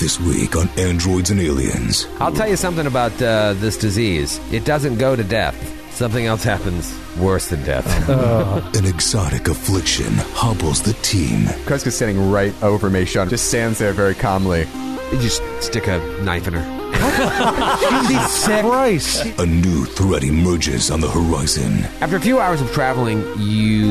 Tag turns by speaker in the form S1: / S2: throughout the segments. S1: This week on Androids and Aliens.
S2: I'll tell you something about uh, this disease. It doesn't go to death. Something else happens worse than death.
S1: An exotic affliction hobbles the team
S3: Kreska's sitting right over me. Sean just stands there very calmly.
S2: you just stick a knife in her. She's sick.
S4: Christ.
S1: A new threat emerges on the horizon.
S2: After a few hours of traveling, you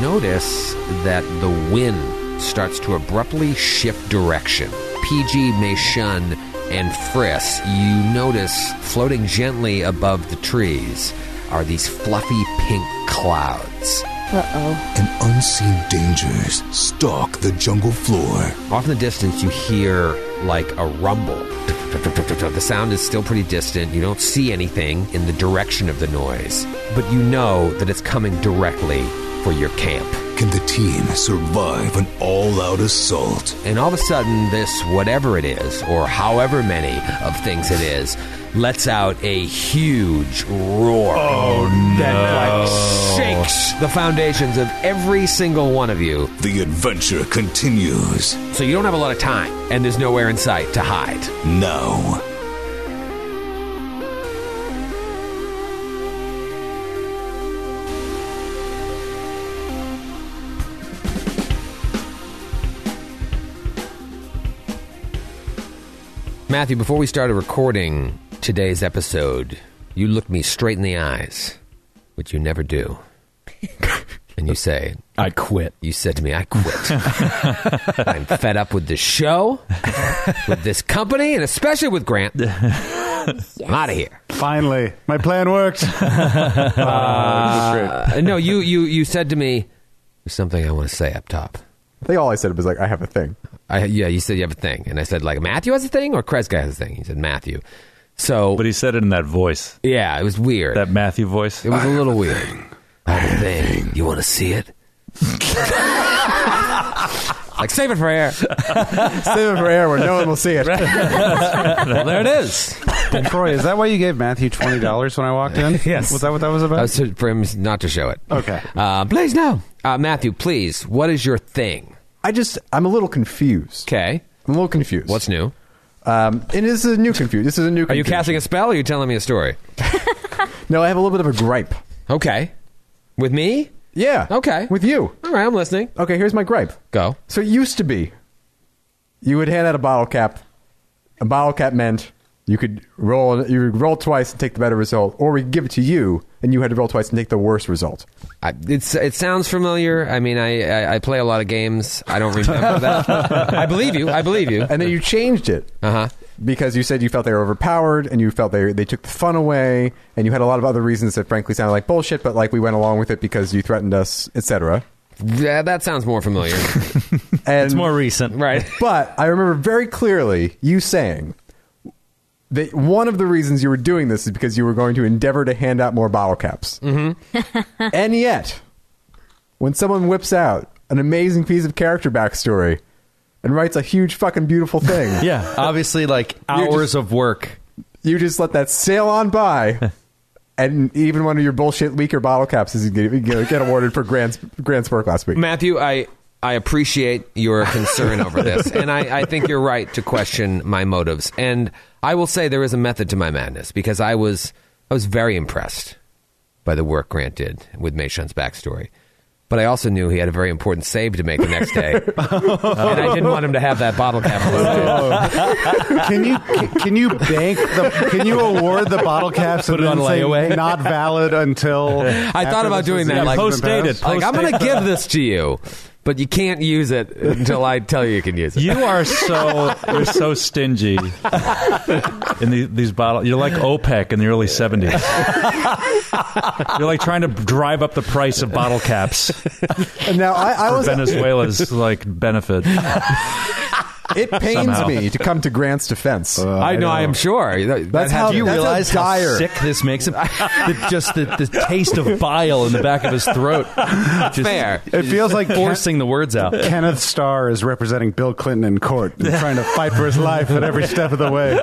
S2: notice that the wind starts to abruptly shift direction. PG may shun and Friss, you notice floating gently above the trees are these fluffy pink clouds.
S1: and unseen dangers stalk the jungle floor.
S2: Off in the distance, you hear like a rumble. The sound is still pretty distant. You don't see anything in the direction of the noise, but you know that it's coming directly for your camp.
S1: Can the team survive an all out assault?
S2: And all of a sudden, this whatever it is, or however many of things it is, lets out a huge roar. Oh, that like shakes the foundations of every single one of you.
S1: The adventure continues
S2: So you don't have a lot of time, and there's nowhere in sight to hide.
S1: now.
S2: Matthew, before we started recording today's episode, you looked me straight in the eyes, which you never do. and you say,
S4: I quit.
S2: You said to me, I quit. I'm fed up with this show, with this company, and especially with Grant. I'm out of here.
S5: Finally, my plan worked.
S2: Uh, no, you, you, you said to me, There's something I want to say up top.
S3: I think all I said was like, I have a thing.
S2: I, yeah, you said you have a thing. And I said, like, Matthew has a thing or Kreska has a thing? He said, Matthew. So,
S4: But he said it in that voice,
S2: yeah, it was weird.
S4: that Matthew voice.
S2: It was a little weird. I have a thing. You want to see it? like save it for air.
S3: Save it for air where no one will see it.
S2: there it is.
S5: And Troy, is that why you gave Matthew twenty dollars when I walked in?
S4: Yes.
S5: Was that what that was about?
S2: I was for him not to show it.
S5: Okay.
S2: Uh, please no, uh, Matthew. Please, what is your thing?
S3: I just, I'm a little confused.
S2: Okay.
S3: I'm a little confused.
S2: What's new?
S3: Um, and this is a new confused. This is a new.
S2: Are you casting a spell? or Are you telling me a story?
S3: No, I have a little bit of a gripe.
S2: Okay. With me?
S3: Yeah.
S2: Okay.
S3: With you.
S2: All right, I'm listening.
S3: Okay. Here's my gripe.
S2: Go.
S3: So it used to be, you would hand out a bottle cap. A bottle cap meant you could roll. You would roll twice and take the better result, or we could give it to you, and you had to roll twice and take the worse result.
S2: I, it's it sounds familiar. I mean, I, I I play a lot of games. I don't remember that. I believe you. I believe you.
S3: And then you changed it
S2: Uh huh.
S3: because you said you felt they were overpowered, and you felt they they took the fun away, and you had a lot of other reasons that frankly sounded like bullshit, but like we went along with it because you threatened us, etc.
S2: Yeah, that sounds more familiar.
S3: And
S4: It's more recent.
S2: right.
S3: But I remember very clearly you saying that one of the reasons you were doing this is because you were going to endeavor to hand out more bottle caps. Mm-hmm. and yet, when someone whips out an amazing piece of character backstory and writes a huge fucking beautiful thing,
S4: Yeah.
S6: Obviously, like hours of work.
S3: you just let that sail on by. And even one of your bullshit leaker bottle caps is going to get awarded for Grant's, Grant's work last week.
S2: Matthew, I I appreciate your concern over this, and I, I think you're right to question my motives. And I will say there is a method to my madness because I was I was very impressed by the work Grant did with Meishun's backstory. But I also knew he had a very important save to make the next day, Uh, and I didn't want him to have that bottle cap.
S5: can you can you bank the can you award the bottle caps
S6: Put
S5: and
S6: it
S5: then
S6: on
S5: say
S6: layaway?
S5: not valid until
S2: I thought about doing that, like
S4: post dated.
S2: Like I'm going to give this to you, but you can't use it until I tell you you can use it.
S4: You are so you're so stingy in the, these bottles. You're like OPEC in the early '70s. You're like trying to drive up the price of bottle caps
S3: And now I, I
S4: for
S3: was
S4: Venezuela's like benefit.
S3: it pains
S4: Somehow.
S3: me to come to Grant's defense.
S2: I know, I am sure. That- that
S3: That's
S2: had
S3: how-
S2: to-
S6: Do you
S3: That's a
S6: realize
S3: dire-
S6: how sick this makes him? The- just the, the taste of bile in the back of his throat. Just
S2: fair.
S5: it feels like
S6: Forcing the words out.
S5: Kenneth Starr is representing Bill Clinton in court and trying to fight for his life at every step of the way.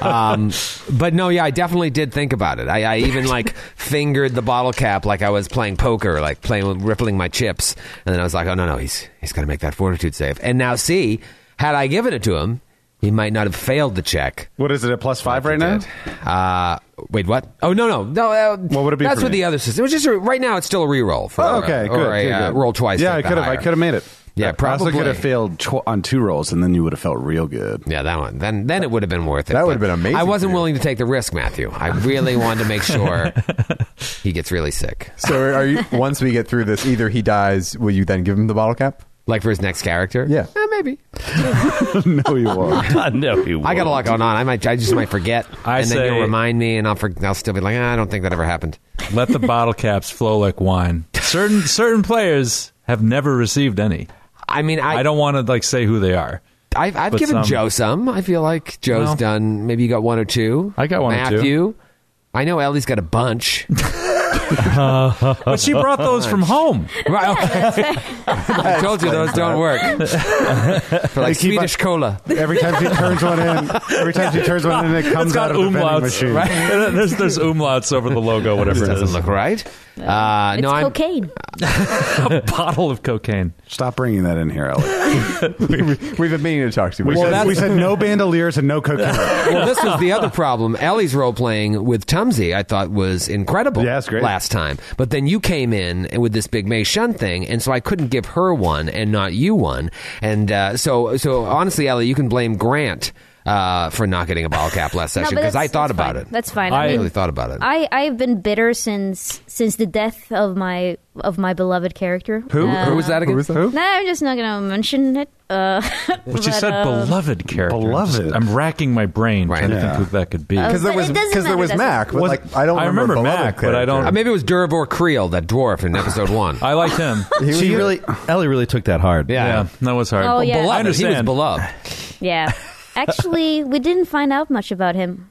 S2: Um, but no, yeah, I definitely did think about it. I, I even like fingered the bottle cap like I was playing poker, like playing rippling my chips, and then I was like, oh no, no, he's he's got to make that fortitude save. And now, see, had I given it to him, He might not have failed the check.
S5: What is it at plus five right now?
S2: Uh, wait, what? Oh no, no, no. Uh,
S5: What would it be
S2: That's
S5: for
S2: what
S5: me?
S2: the other system. It was just a, right now. It's still a reroll. For,
S5: Oh, okay,
S2: or
S5: good.
S2: a,
S5: good,
S2: uh,
S5: good.
S2: roll twice.
S5: Yeah, I
S2: at the
S5: could have. I
S2: higher.
S5: could have made it.
S2: Yeah,
S5: I also
S2: probably.
S5: could have failed tw- on two rolls, and then you would have felt real good.
S2: Yeah, that one. Then, then it would have been worth it.
S3: That would
S2: But
S3: have been amazing
S2: I wasn't
S3: for you.
S2: willing to take the risk, Matthew. I really wanted to make sure he gets really sick,
S3: So are you, once we get through this, either he dies, will you then give him the bottle cap? Um,
S2: like for his next character.
S3: Yeah.
S2: Eh, maybe.
S5: no, you won't.
S7: no, you
S2: I got a lot
S7: won't.
S2: going on. I might. I just might forget,
S4: I
S2: and then
S4: say-
S2: you'll remind me, and I'll. For, I'll still be like, "Ah, I don't think that ever happened.
S4: Let the bottle caps flow like wine. Certain certain players have never received any.
S2: I mean, I,
S4: I don't want to like say who they are.
S2: I've, I've
S4: But
S2: given
S4: some-
S2: Joe some. I feel like Joe's
S4: Well.
S2: done. Maybe you got one or two.
S4: I got one or two.
S2: Matthew. I know Ellie's got a bunch.
S4: But she brought those from home.
S2: right, okay. I told you those don't work. For like
S5: keep
S2: Swedish cola.
S5: Every time she turns one in, every time she turns one in, it
S4: It's
S5: comes
S4: got
S5: out of the vending
S4: umlauts.
S5: machine.
S4: Right? There's there's umlauts over the logo, whatever it
S2: Doesn't
S4: is.
S2: look right. Uh,
S8: It's
S2: no, I'm.
S8: cocaine.
S4: a bottle of cocaine.
S5: Stop bringing that in here, Ellie.
S3: We've been meaning to talk to you.
S5: We,
S3: We should-
S5: said, we said no bandoliers and no cocaine.
S2: Well, this was the other problem. Ellie's role playing with Tumsy, I thought, was incredible.
S5: Yeah, it's great.
S2: Last time, but then you came in with this big May Shun thing, and so I couldn't give her one and not you one. And uh, so, so honestly, Ellie, you can blame Grant uh, for not getting a ball cap last
S8: No,
S2: session
S8: but
S2: because I
S8: that's-
S2: thought
S8: that's
S2: about
S8: fine.
S2: it.
S8: That's fine.
S4: I-
S8: I,
S2: I
S8: mean,
S2: really thought about it.
S8: I I've been bitter since since the death of my of my beloved character. Who
S2: Who was that again?
S8: No, I'm just not gonna mention it. Uh,
S4: But she said
S8: um,
S4: beloved character.
S5: Beloved.
S4: I'm racking my brain
S2: Right.
S4: trying to
S5: Yeah.
S4: think who that could be.
S8: Uh,
S3: Because there
S8: But
S3: was
S8: it doesn't
S3: because there
S8: matter,
S3: was
S8: does it?
S3: Mac, but
S4: Was-
S3: like I don't
S4: I
S3: remember,
S4: remember
S3: beloved
S4: Mac, but I
S2: Uh,
S4: don't-
S3: character.
S2: maybe it was Durivor Creel, that dwarf in episode one.
S4: I liked him.
S6: She really, Ellie really took that hard.
S4: yeah, that was hard.
S8: Oh, yeah.
S2: beloved.
S4: I understand.
S2: He was beloved.
S8: yeah. Actually, we didn't find out much about him.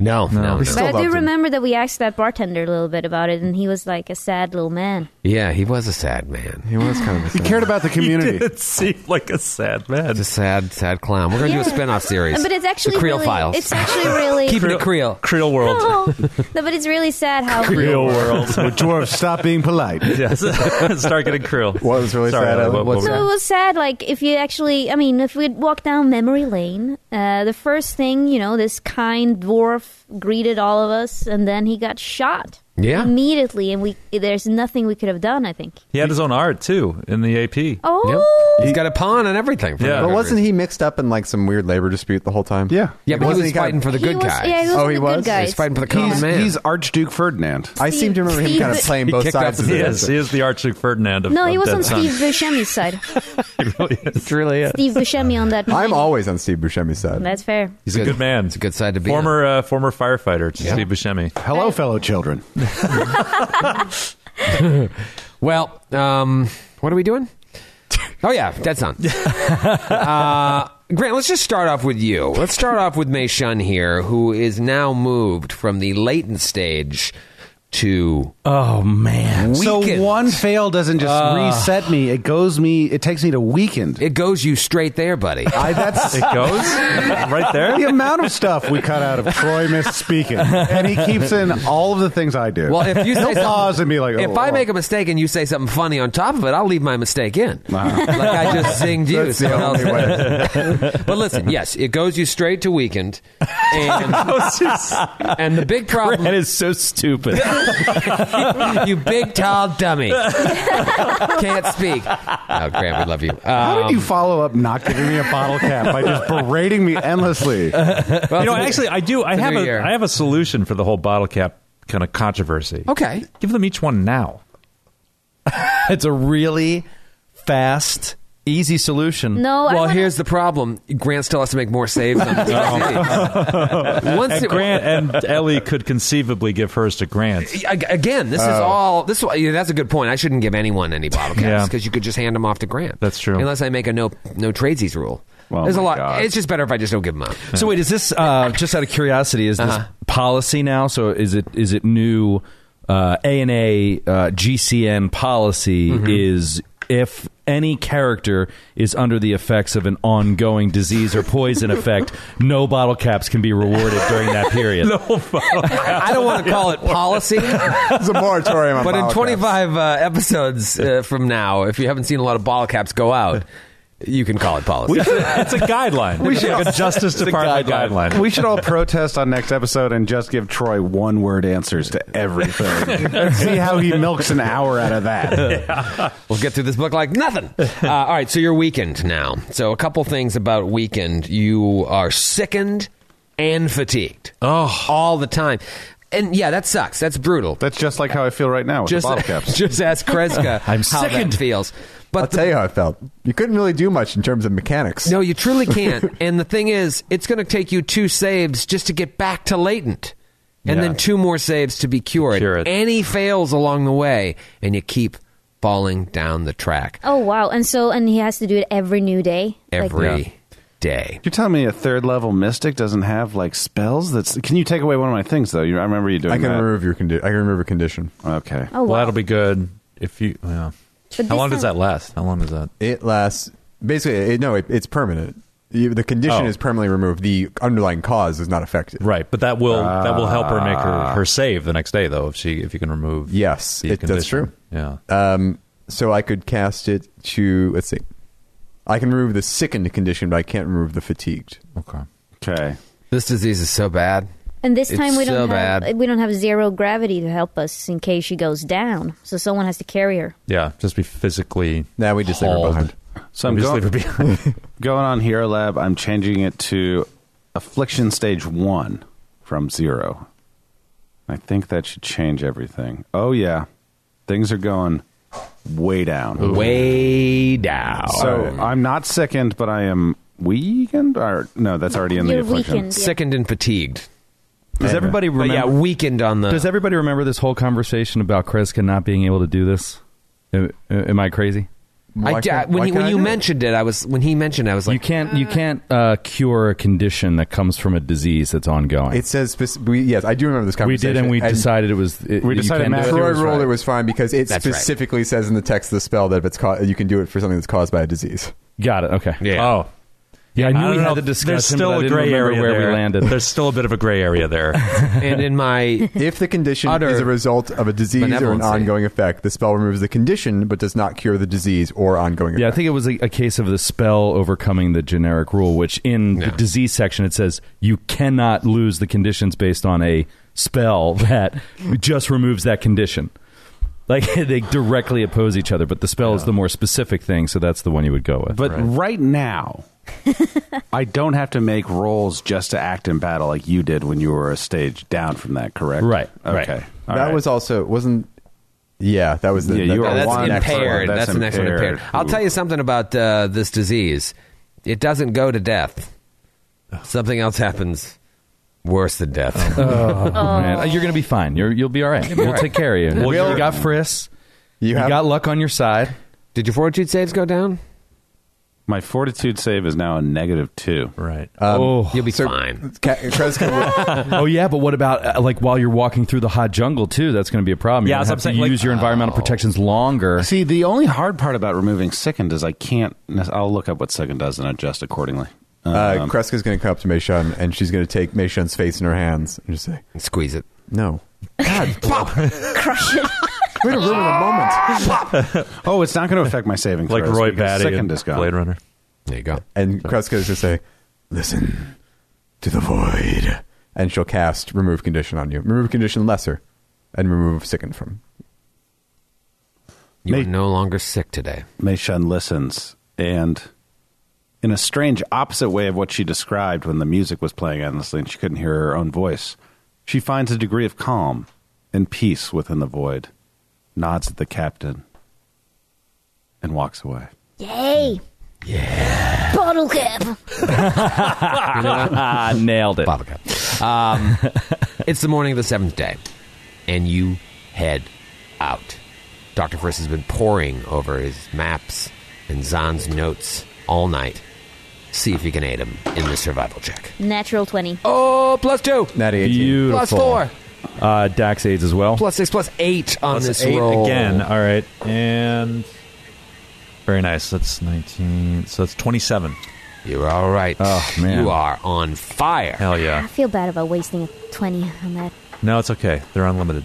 S2: No, no, no.
S8: But I
S3: loved
S8: do
S3: him.
S8: remember that we asked that bartender a little bit about it, and he was like a sad little man.
S2: Yeah, he was a sad man. He was kind of
S5: He cared about the community.
S4: It seemed like a sad man.
S2: a sad, sad clown. We're gonna do a
S8: Yeah.
S2: spin-off series.
S8: But it's actually
S2: the Creel
S8: really,
S2: Files.
S8: It's actually really.
S2: Keeping it Creel.
S4: Creel world.
S8: no, No, but it's really sad how
S4: Creel world.
S5: Well, Dwarf, stop being polite.
S4: yes. Start getting Creel.
S3: What was really
S4: Sorry,
S3: sad,
S4: Ellie,
S3: Ellie?
S4: what- what-
S8: So it was sad. Like if you actually, I mean, if we'd walk down memory lane, uh, the first thing you know, this kind dwarf greeted all of us, and then he got shot.
S2: Yeah.
S8: immediately, and we there's nothing we could have done. I think.
S4: He had his own art too in the AP.
S8: Oh,
S2: He's got a pawn and everything. from
S4: Yeah.
S2: that
S4: But
S3: But
S2: record.
S3: wasn't he mixed up in like some weird labor dispute the whole time?
S5: Yeah.
S2: Yeah, but he
S3: Wasn't
S2: was
S3: he kind
S2: fighting
S3: of-
S2: for the
S8: he
S2: good
S8: was,
S2: guys.
S8: Yeah, he
S3: Oh,
S8: was one of
S3: he
S8: the
S3: was?
S8: good guys.
S2: He's fighting for the common
S5: He's,
S2: man.
S5: he's Archduke Ferdinand.
S3: I seem to remember him
S8: Steve-
S3: kind of
S8: Steve-
S3: playing
S2: He
S3: both
S2: kicked out
S3: sides of
S2: the-
S4: He
S3: it.
S4: is. He is the Archduke Ferdinand of
S8: no, he
S4: of
S8: was on
S4: Dead Sun.
S8: Steve Buscemi's side.
S2: It's really it.
S8: Steve Buscemi on that.
S3: I'm
S8: mine.
S3: always on Steve Buscemi's side.
S8: That's fair.
S4: He's a good man.
S2: It's a good side to be.
S4: Former uh, former firefighter,
S2: Yeah.
S4: Steve Buscemi.
S5: Hello, fellow children.
S2: on. Well, um, what are we doing? Oh yeah, that's on. uh, Grant, let's just start off with you. Let's start off with Mei Shun here, who is now moved from the latent stage to
S6: Oh man.
S2: weakened.
S5: So one fail doesn't just reset me. It goes me. It takes me to weakened.
S2: It goes you straight there, buddy.
S5: I, that's
S4: It goes right there.
S5: the amount of stuff we cut out of Troy misspeaking, and he keeps in all of the things I do.
S2: Well, if you say
S5: He'll pause
S2: something-
S5: and be like,
S2: if
S5: "Oh,
S2: I
S5: oh."
S2: make a mistake and you say something funny on top of it, I'll leave my mistake in.
S5: Uh-huh.
S2: Like I just zinged you.
S3: That's the
S2: someone
S3: only
S2: else- but listen, yes, it goes you straight to weekend, and, and the big
S6: That
S2: problem,
S6: is so stupid.
S2: you big tall dummy, can't speak. Oh, Grant, we love you.
S5: How
S2: Um,
S5: did you follow up not giving me a bottle cap by just berating me endlessly?
S2: Um, well,
S4: You know,
S2: it's a-
S4: actually, I do. I
S2: it's a
S4: have
S2: new
S4: a I
S2: year.
S4: have a solution for the whole bottle cap kind of controversy.
S2: okay.
S4: Give them each one now.
S6: it's a really fast, easy solution.
S8: No, I
S2: well,
S8: wanna-
S2: here's the problem. Grant still has to make more saves.
S5: Oh.
S2: On the DC. Once
S4: And
S2: it,
S4: Grant and Ellie could conceivably give hers to Grant.
S2: Ag- again, this is all. This yeah, that's a good point. I shouldn't give anyone any bottle caps
S4: Yeah.
S2: because you could just hand them off to Grant.
S4: That's true.
S2: Unless I make a no no tradesies rule.
S5: Well,
S2: There's a
S5: my
S2: lot.
S5: God.
S2: It's just better if I just don't give them out.
S6: So wait, is this uh, just out of curiosity? Is this policy now? So is it is it new uh, A and A uh, GCN policy is if any character is under the effects of an ongoing disease or poison effect, no bottle caps can be rewarded during that period.
S2: I don't want to call it policy,
S3: There's a moratorium on
S2: but in
S3: bottle caps.
S2: 25 uh, episodes uh, from now, if you haven't seen a lot of bottle caps go out. You can call it policy.
S4: it's a guideline. We should like a Justice Department guideline.
S5: We should all protest on next episode and just give Troy one word answers to everything. Let's See how he milks an hour out of that.
S2: We'll get through this book like nothing. Uh, all right, so you're weakened now. So a couple things about weakened. You are sickened and fatigued. Oh, all the time. And yeah, that sucks. That's brutal.
S5: That's just like how I feel right now with
S2: just
S5: the bottle caps.
S2: just ask Kreska
S4: I'm
S2: how
S4: sickened.
S2: that feels. But
S3: I'll
S2: the-
S3: tell you how I felt. You couldn't really do much in terms of mechanics.
S2: no, you truly can't. and the thing is, it's going to take you two saves just to get back to latent. And
S4: Yeah.
S2: then two more saves to be cured.
S4: Cure it.
S2: Any fails along the way, and you keep falling down the track
S8: Oh wow! And so, and he has to do it every new day. Like-
S2: every day.
S5: You're telling me a third level mystic doesn't have like spells? That's can you take away one of my things though? You, I remember you doing
S3: I can
S5: that.
S3: remove your condi- I can remove a condition.
S5: Okay.
S8: oh wow!
S4: Well, that'll be good if you. Yeah.
S8: But
S4: How
S8: this
S4: long does
S8: time-
S4: that last? How long does that?
S3: It lasts basically. It, no, it, it's permanent. You, the condition
S4: Oh.
S3: is permanently removed. The underlying cause is not affected.
S4: Right, but that will that will help her make her, her save the next day though if she if you can remove
S3: Yes,
S4: the
S3: it- that's
S4: condition.
S3: true.
S4: yeah
S3: Um, so I could cast it to let's see. I can remove the sickened condition, but I can't remove the fatigued.
S4: okay
S5: Okay.
S2: This disease is so bad.
S8: And this
S2: It's
S8: time we don't
S2: so
S8: have
S2: bad.
S8: we don't have zero gravity to help us in case she goes down. So someone has to carry her.
S4: yeah just be physically
S3: Now we just leave her
S4: hauled.
S3: behind.
S5: So I'm
S4: just
S5: going,
S4: leave her behind.
S5: going on Hero Lab. I'm changing it to Affliction Stage 1 from 0. I think that should change everything. Oh, yeah. Things are going way down.
S2: Way down.
S4: Oh,
S5: So I'm not sickened, but I am weakened? Or, no, that's already in
S8: You're
S5: the affliction.
S8: weakened.
S2: sickened and fatigued.
S6: Does everybody
S2: But
S6: remember?
S2: yeah, weakened on the.
S6: Does everybody remember this whole conversation about Kreska not being able to do this? Am, am I crazy?
S2: I,
S3: Why
S2: d-
S3: can't-
S2: when
S3: why
S2: he,
S3: can't
S2: when
S3: I
S2: you
S3: do it?
S2: mentioned it, I was when he mentioned, it, I was
S6: you
S2: like,
S6: can't you can't uh, cure a condition that comes from a disease that's ongoing.
S3: It says spec- we, yes, I do remember this
S6: we
S3: conversation.
S6: did, and we decided it was. It,
S5: We
S6: you
S5: decided
S6: can't do
S5: Matthew
S6: it.
S3: Troy
S5: was
S3: ruled
S5: right.
S3: it was fine because it
S2: That's right.
S3: specifically says in the text of the spell that if it's ca- you can do it for something that's caused by a disease.
S6: Got it. Okay.
S2: Yeah.
S4: oh
S6: Yeah, I knew
S4: don't
S6: we
S4: know.
S6: had the discussion.
S4: there's still
S6: but I
S4: a
S6: didn't
S4: gray
S6: remember
S4: area
S6: where
S4: there.
S6: we landed.
S4: there's still a bit of a gray area there
S2: and in my
S3: If the condition
S2: Utter
S3: is a result of a disease or an
S2: benevolency.
S3: ongoing effect, the spell removes the condition but does not cure the disease or ongoing effect.
S6: Yeah, I think it was a, a case of the spell overcoming the generic rule, which in
S2: Yeah.
S6: the disease section it says you cannot lose the conditions based on a spell that just removes that condition. Like they directly oppose each other, but the spell is the more specific thing, so that's the one you would go with.
S5: But right, now, I don't have to make rolls just to act in battle like you did when you were a stage down from that, correct?
S6: Right, right.
S5: Okay. All
S3: that
S5: right.
S3: was also wasn't. Yeah, that was the.
S5: Yeah, you
S3: that-
S5: are
S2: that's
S5: one next
S2: impaired.
S5: one.
S2: That's,
S5: That's
S2: the next one
S5: impaired.
S2: impaired. I'll tell you something about uh, this disease. It doesn't go to death. Something else happens worse than death.
S6: Oh, man. Uh, You're going to be fine. You're, you'll be all right. We'll take care of you.
S4: Well,
S6: you got Friss.
S3: You
S6: You,
S3: have-
S6: got luck on your side.
S2: Did your fortitude saves go down?
S5: My fortitude save is now a negative two.
S4: right
S6: oh.
S2: You'll be
S3: So-
S2: fine.
S3: Ca- um, Kreska,
S6: oh, yeah, but what about uh, like while you're walking through the hot jungle, too? That's going to be a problem. You're
S4: Yeah,
S6: gonna
S4: that's
S6: have
S4: what
S6: to
S4: I'm saying, like-
S6: use your environmental protections longer.
S5: See, the only hard part about removing sickened is I can't. I'll look up what sickened does and adjust accordingly.
S3: uh, Kreska's going to come up to Meishun and she's going to take Meishun's face in her hands and just say,
S2: Squeeze it.
S3: "No, God, crush it." We're ruin a moment.
S5: Oh, it's not going to affect my saving
S4: like
S5: throws
S4: Roy
S5: because
S4: Batty
S5: Sickened
S4: and
S5: is gone.
S4: Blade Runner
S2: There you go.
S3: And Kreska's going to say, "Listen to the void," and she'll cast remove condition on you. Remove condition lesser, and remove sickened from.
S2: You are
S5: Mate.
S2: no longer sick today.
S5: Mei Shun listens, and in a strange opposite way of what she described when the music was playing endlessly and she couldn't hear her own voice, she finds a degree of calm and peace within the void, nods at the captain, and walks away.
S8: Yay! Yeah. Bottle cap.
S6: Ah, nailed it.
S2: Baba Cup. Um, it's the morning of the seventh day, and you head out. Dr. Friss has been poring over his maps and Zahn's notes all night. See if you can aid him in the survival check.
S8: Natural twenty.
S2: Oh, plus two.
S3: Natty eighteen.
S6: Beautiful.
S2: Plus four.
S6: Uh, Dax aids as well.
S2: Plus six. Plus eight on
S4: Plus
S2: this
S4: eight
S2: roll.
S4: again all right and very nice that's 19 so that's 27
S2: You're all right.
S6: Oh, man.
S2: You are on fire.
S4: hell
S8: I
S4: yeah
S8: feel bad about wasting a twenty on that.
S4: no it's okay they're unlimited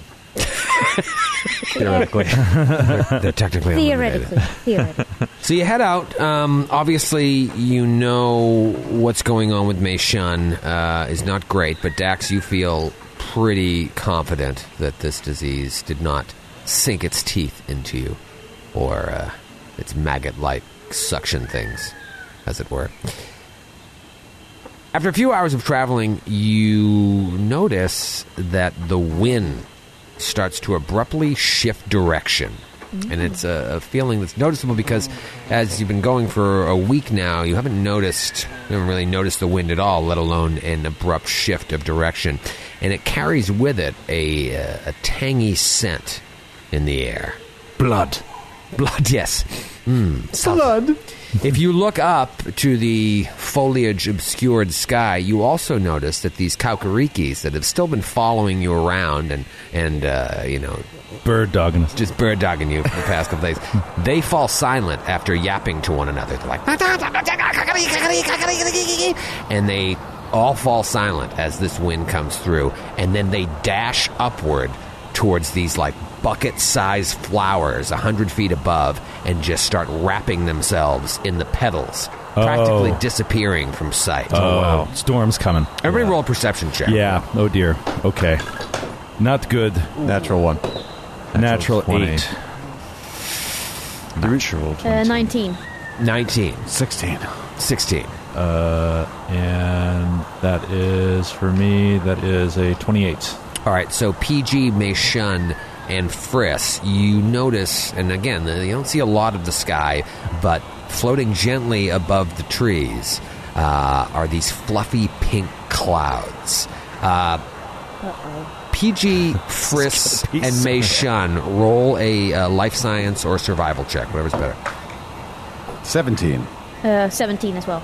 S4: theoretically.
S2: They're technically eliminated.
S8: Theoretically. Theoretically.
S2: So you head out. Um, obviously, you know what's going on with Mei Shun uh, is not great, but Dax, you feel pretty confident that this disease did not sink its teeth into you, or uh, its maggot-like suction things, as it were. After a few hours of traveling, you notice that the wind starts to abruptly shift direction. And it's a, a feeling that's noticeable because as you've been going for a week now, you haven't noticed, you haven't really noticed the wind at all, let alone an abrupt shift of direction. And it carries with it a, uh, a tangy scent in the air. Blood. Blood, yes. Mm, something. If you look up to the foliage obscured sky, you also notice that these Kaukarikis that have still been following you around and, and uh, you know,
S6: Bird dogging us.
S2: just bird dogging you for the past couple days, they fall silent after yapping to one another. They're like, and they all fall silent as this wind comes through, and then they dash upward towards these like bucket sized flowers 100 feet above and just start wrapping themselves in the petals, practically
S6: Oh.
S2: disappearing from sight.
S6: Oh, storm's coming.
S2: Everybody roll a perception check.
S6: Yeah. Oh dear. Okay. Not good.
S3: Natural one.
S6: Natural,
S4: 20.
S6: eight.
S4: Natural.
S8: Uh, 19.
S2: 19,
S5: 16.
S2: 16.
S4: Uh, And that is, for me, that is a 28.
S2: All right, so PG, Meishun, and Friss, you notice, and again, you don't see a lot of the sky, but floating gently above the trees uh, are these fluffy pink clouds. Uh, PG, Friss, and Meishun roll a uh, life science or survival check, whatever's better.
S5: 17.
S8: Uh, 17 as well.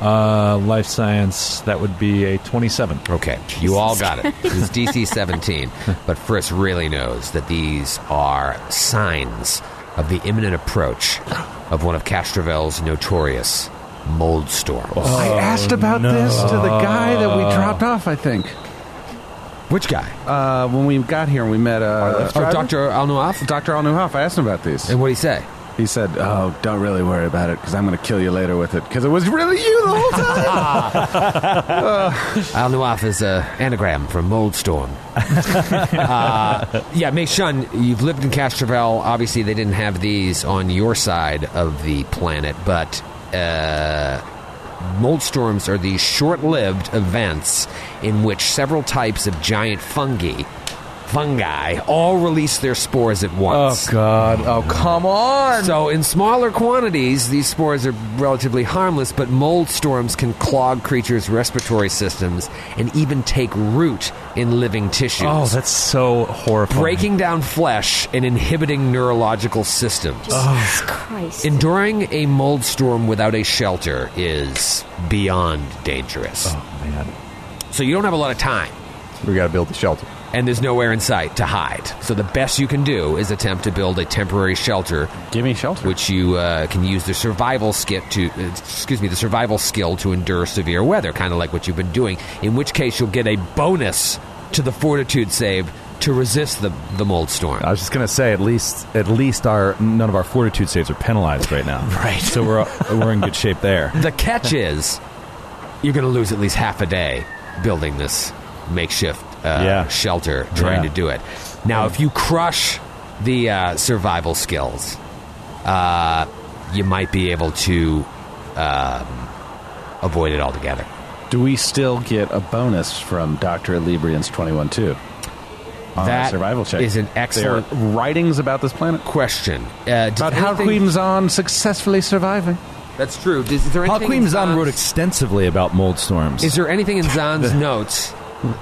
S4: Uh, life science, that would be a 27.
S2: Okay, you all got it. It's DC 17, but Frisk really knows that these are signs of the imminent approach of one of Castrovel's notorious mold storms.
S5: I asked about this to the guy that we dropped off, I think.
S2: Which guy?
S5: Uh, when we got here and we met uh,
S2: oh, Dr. Alnuaf?
S5: Dr. Al Newhoff, I asked him about these.
S2: And what'd he say?
S5: He said, Oh, don't really worry about it because I'm going to kill you later with it because it was really you the whole time.
S2: Alnuaf is an anagram for mold storm. uh, yeah, Mei Shun, you've lived in Castrovel. Obviously, they didn't have these on your side of the planet, but Mold storms are these short lived events in which several types of giant fungi fungi all release their spores at once.
S6: God. Oh come on.
S2: So, in smaller quantities, these spores are relatively harmless, but mold storms can clog creatures' respiratory systems and even take root in living tissues,
S4: Oh, that's so horrifying.
S2: breaking down flesh and inhibiting neurological systems.
S8: Jesus Christ.
S2: Enduring a mold storm without a shelter is beyond dangerous.
S4: Man.
S2: So you don't have a lot of time,
S3: We got to build the shelter.
S2: and there's nowhere in sight to hide. So the best you can do is attempt to build a temporary shelter,
S5: Give me shelter.
S2: which you uh, can use the survival skit to, uh, excuse me, the survival skill to endure severe weather, kind of like what you've been doing. In which case, you'll get a bonus to the fortitude save to resist the the mold storm.
S6: I was just gonna say, at least, at least our none of our fortitude saves are penalized right now. right. So we're we're in good shape there.
S2: The catch is you're going to lose at least half a day building this makeshift uh,
S6: Yeah.
S2: shelter trying
S6: Yeah.
S2: to do it. Now, if you crush the uh, survival skills, uh, you might be able to um, avoid it altogether.
S5: Do we still get a bonus from Dr. Librian's 21 2? On
S2: That
S5: our survival check.
S2: is an
S5: They are
S2: excellent-
S5: writings about this planet.
S2: Question: uh, did
S5: About how
S2: anything-
S5: Queen Zahn successfully surviving.
S2: That's true. Is, is there anything in
S6: Halquim Zan
S2: Zahn's-
S6: wrote extensively about mold storms.
S2: Is there anything in Zahn's notes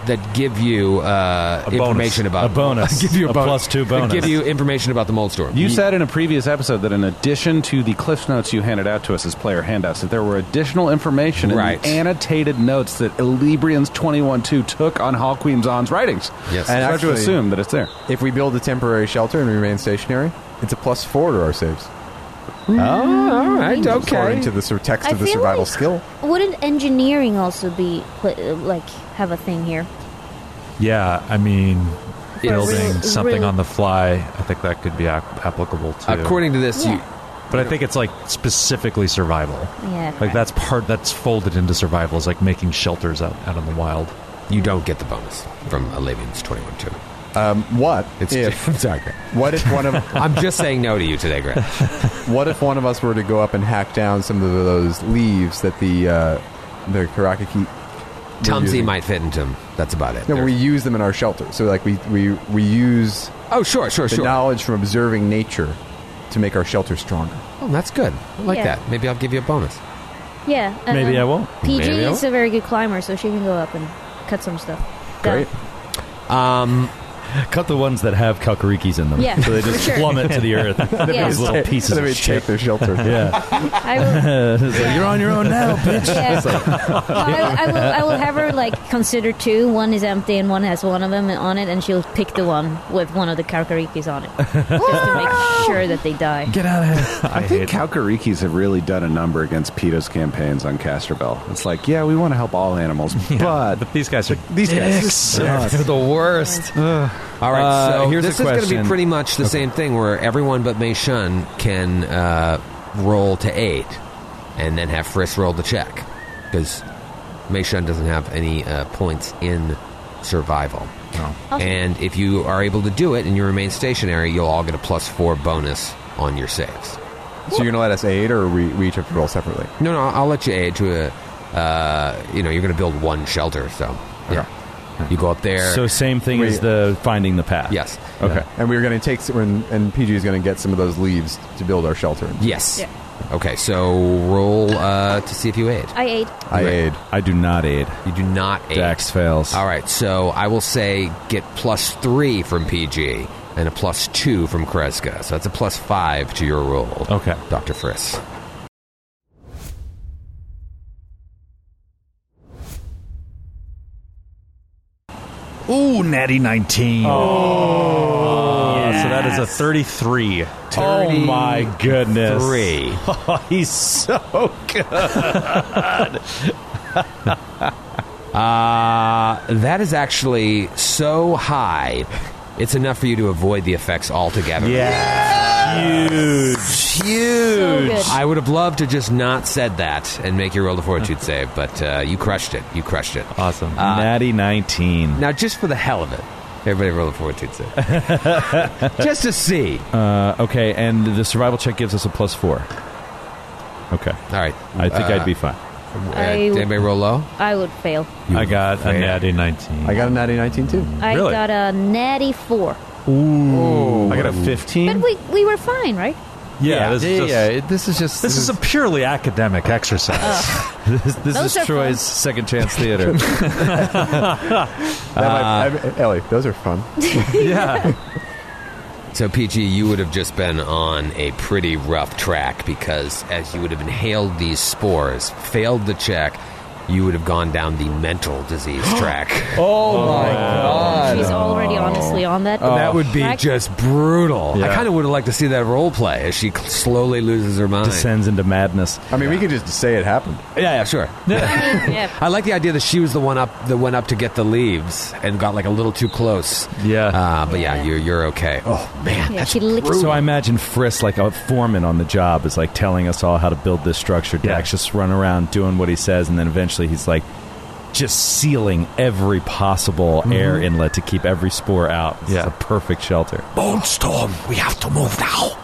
S2: that give you uh,
S4: bonus.
S2: information about
S6: a bonus?
S2: Give you a, bonus.
S6: plus two
S2: that
S6: bonus.
S2: Give you information about the mold storm.
S5: You said in a previous episode that in addition to the cliff notes you handed out to us as player handouts, that there were additional information
S2: Right.
S5: in the annotated notes that Librian's 21-2 took on Hall Queen Zahn's writings.
S2: Yes.
S5: And
S3: And
S5: I have to
S3: actually-
S5: assume that it's there.
S3: If we build a temporary shelter and remain stationary, it's a plus four to our saves.
S2: all right,
S3: According to the sur- text
S8: I
S3: of the
S8: feel
S3: survival
S8: like-
S3: skill.
S8: Wouldn't uh, engineering also be, pl- like, have a thing here?
S4: Yeah, I mean,
S8: real-
S4: building
S8: it's
S4: something
S8: really-
S4: on the fly, I think that could be ap- applicable to.
S2: According to this, you-
S8: Yeah.
S4: but I think it's like specifically survival.
S8: Yeah,
S4: Like
S8: correct.
S4: that's part that's folded into survival is like making shelters out, out in the wild.
S2: you, don't get the bonus from Alavian's 21 2.
S3: What
S2: It's
S3: if?
S2: I'm sorry. Greg.
S3: What if one of
S2: I'm just saying no to you today, Greg.
S3: What if one of us were to go up and hack down some of those leaves that the uh, the karakaki
S2: Tumsy
S3: using-
S2: might fit into him. That's about it.
S3: No,
S2: There-
S3: we use them in our shelter. So like we we we use
S2: oh, sure, sure,
S3: the
S2: sure.
S3: knowledge from observing nature to make our shelter stronger.
S2: Oh, that's good. I like
S8: Yeah.
S2: that. Maybe I'll give you a bonus.
S8: yeah. uh, and
S4: Maybe
S8: then
S4: I won't.
S8: PG
S2: Maybe I
S8: is a very good climber, so she can go up and cut some stuff.
S3: Great.
S6: Cut the ones that have kalkarikis in them.
S8: Yeah,
S6: So they just
S8: for sure.
S6: plummet to the earth.
S8: Yeah.
S6: Those little pieces
S3: Let me
S6: of
S3: take
S6: shit.
S3: their shelter.
S6: Yeah.
S8: I will,
S6: It's like, You're on your own now, bitch.
S8: yeah. Well, I, I will. I will have her like consider two. One is empty, and one has one of them on it, and she'll pick the one with one of the karakarikis on it, just to make sure that they die.
S6: Get out of here.
S5: I, think Kalkarikis have really done a number against PETA's campaigns on Casterbell. It's like, yeah, we want to help all animals, but
S4: But these guys are
S5: these guys suck.
S6: They're the worst.
S2: All right,
S6: Uh,
S2: so
S6: here's
S2: this
S6: a
S2: is going to be
S6: question.
S2: pretty much the same thing where everyone but Mei Shun can uh, roll to eight and then have Frisk roll the check because Mei Shun doesn't have any uh, points in survival.
S6: Oh.
S8: Awesome.
S2: And if you are able to do it and you remain stationary, you'll all get a plus four bonus on your saves.
S3: So you're gonna let us aid, or we, we each have to roll separately.
S2: No, no, I'll let you aid to a. Uh, you know, you're going to build one shelter, so yeah. You go up there.
S6: So same thing
S3: Wait.
S6: as the finding the path.
S2: yes.
S6: Okay.
S3: And we are gonna take some, and, and PG is gonna get some of those leaves to build our shelter.
S2: Yes.
S8: Yeah.
S2: Okay, so roll uh, to see if you aid.
S8: I ate.
S3: I
S2: Right.
S3: aid.
S6: I do not aid.
S2: You do not aid.
S6: Dax fails.
S2: All right, so I will say get plus three from PG and a plus two from Kreska. So that's a plus five to your roll.
S4: Okay.
S2: Dr. Friss.
S4: Ooh, natty 19. Oh. So that is a 33.
S6: Oh my goodness.
S2: Three.
S6: He's so good.
S2: Uh, that is actually so high, it's enough for you to avoid the effects altogether.
S6: Huge. Huge.
S8: So good.
S2: I would have loved to just not said that and make your roll to fortitude save, but uh, you crushed it. You crushed it.
S4: Awesome.
S6: Natty 19.
S2: Now, just for the hell of it, everybody roll a fortitude save. just to see.
S6: Uh, okay, and the survival check gives us a plus four. Okay.
S2: All right.
S6: I think I'd be fine.
S2: Uh,
S8: I-
S2: did anybody roll low?
S8: I would fail.
S4: I got a natty 19.
S3: I got a natty nineteen too.
S8: I
S4: Really?
S8: got a natty four,
S5: I got a
S8: but
S5: 15.
S8: we we were fine, right?
S4: yeah, this is just,
S6: This is just
S4: This is a purely academic exercise.
S6: this, this
S8: Those
S6: is
S8: are fun.
S6: Troy's second chance theater.
S3: That might- I- Ellie, those are fun.
S4: yeah.
S2: So, PG, you would have just been on a pretty rough track because as you would have inhaled these spores, failed the check, you would have gone down the mental disease track.
S6: oh my god. Oh.
S8: She's already honestly on that.
S2: That would be
S8: track.
S2: just brutal. I
S4: Yeah.
S2: kind of would have liked to see that role play as she cl- slowly loses her mind.
S6: Descends into madness.
S3: I mean, we could just say it happened.
S2: Yeah, yeah, sure.
S8: yeah.
S2: I like the idea that she was the one up that went up to get the leaves and got like a little too close.
S4: Yeah.
S2: Uh, but yeah,
S8: Yeah.
S2: you're you're okay. Oh man,
S8: Yeah, she licked.
S6: Uh, So I imagine Frisk, like a foreman on the job, is like telling us all how to build this structure.
S4: Yeah.
S6: Dax just run around doing what he says, and then eventually he's like just sealing every possible air inlet to keep every spore out. This
S4: Yeah.
S6: is a perfect shelter.
S2: Bone storm. We have to move now.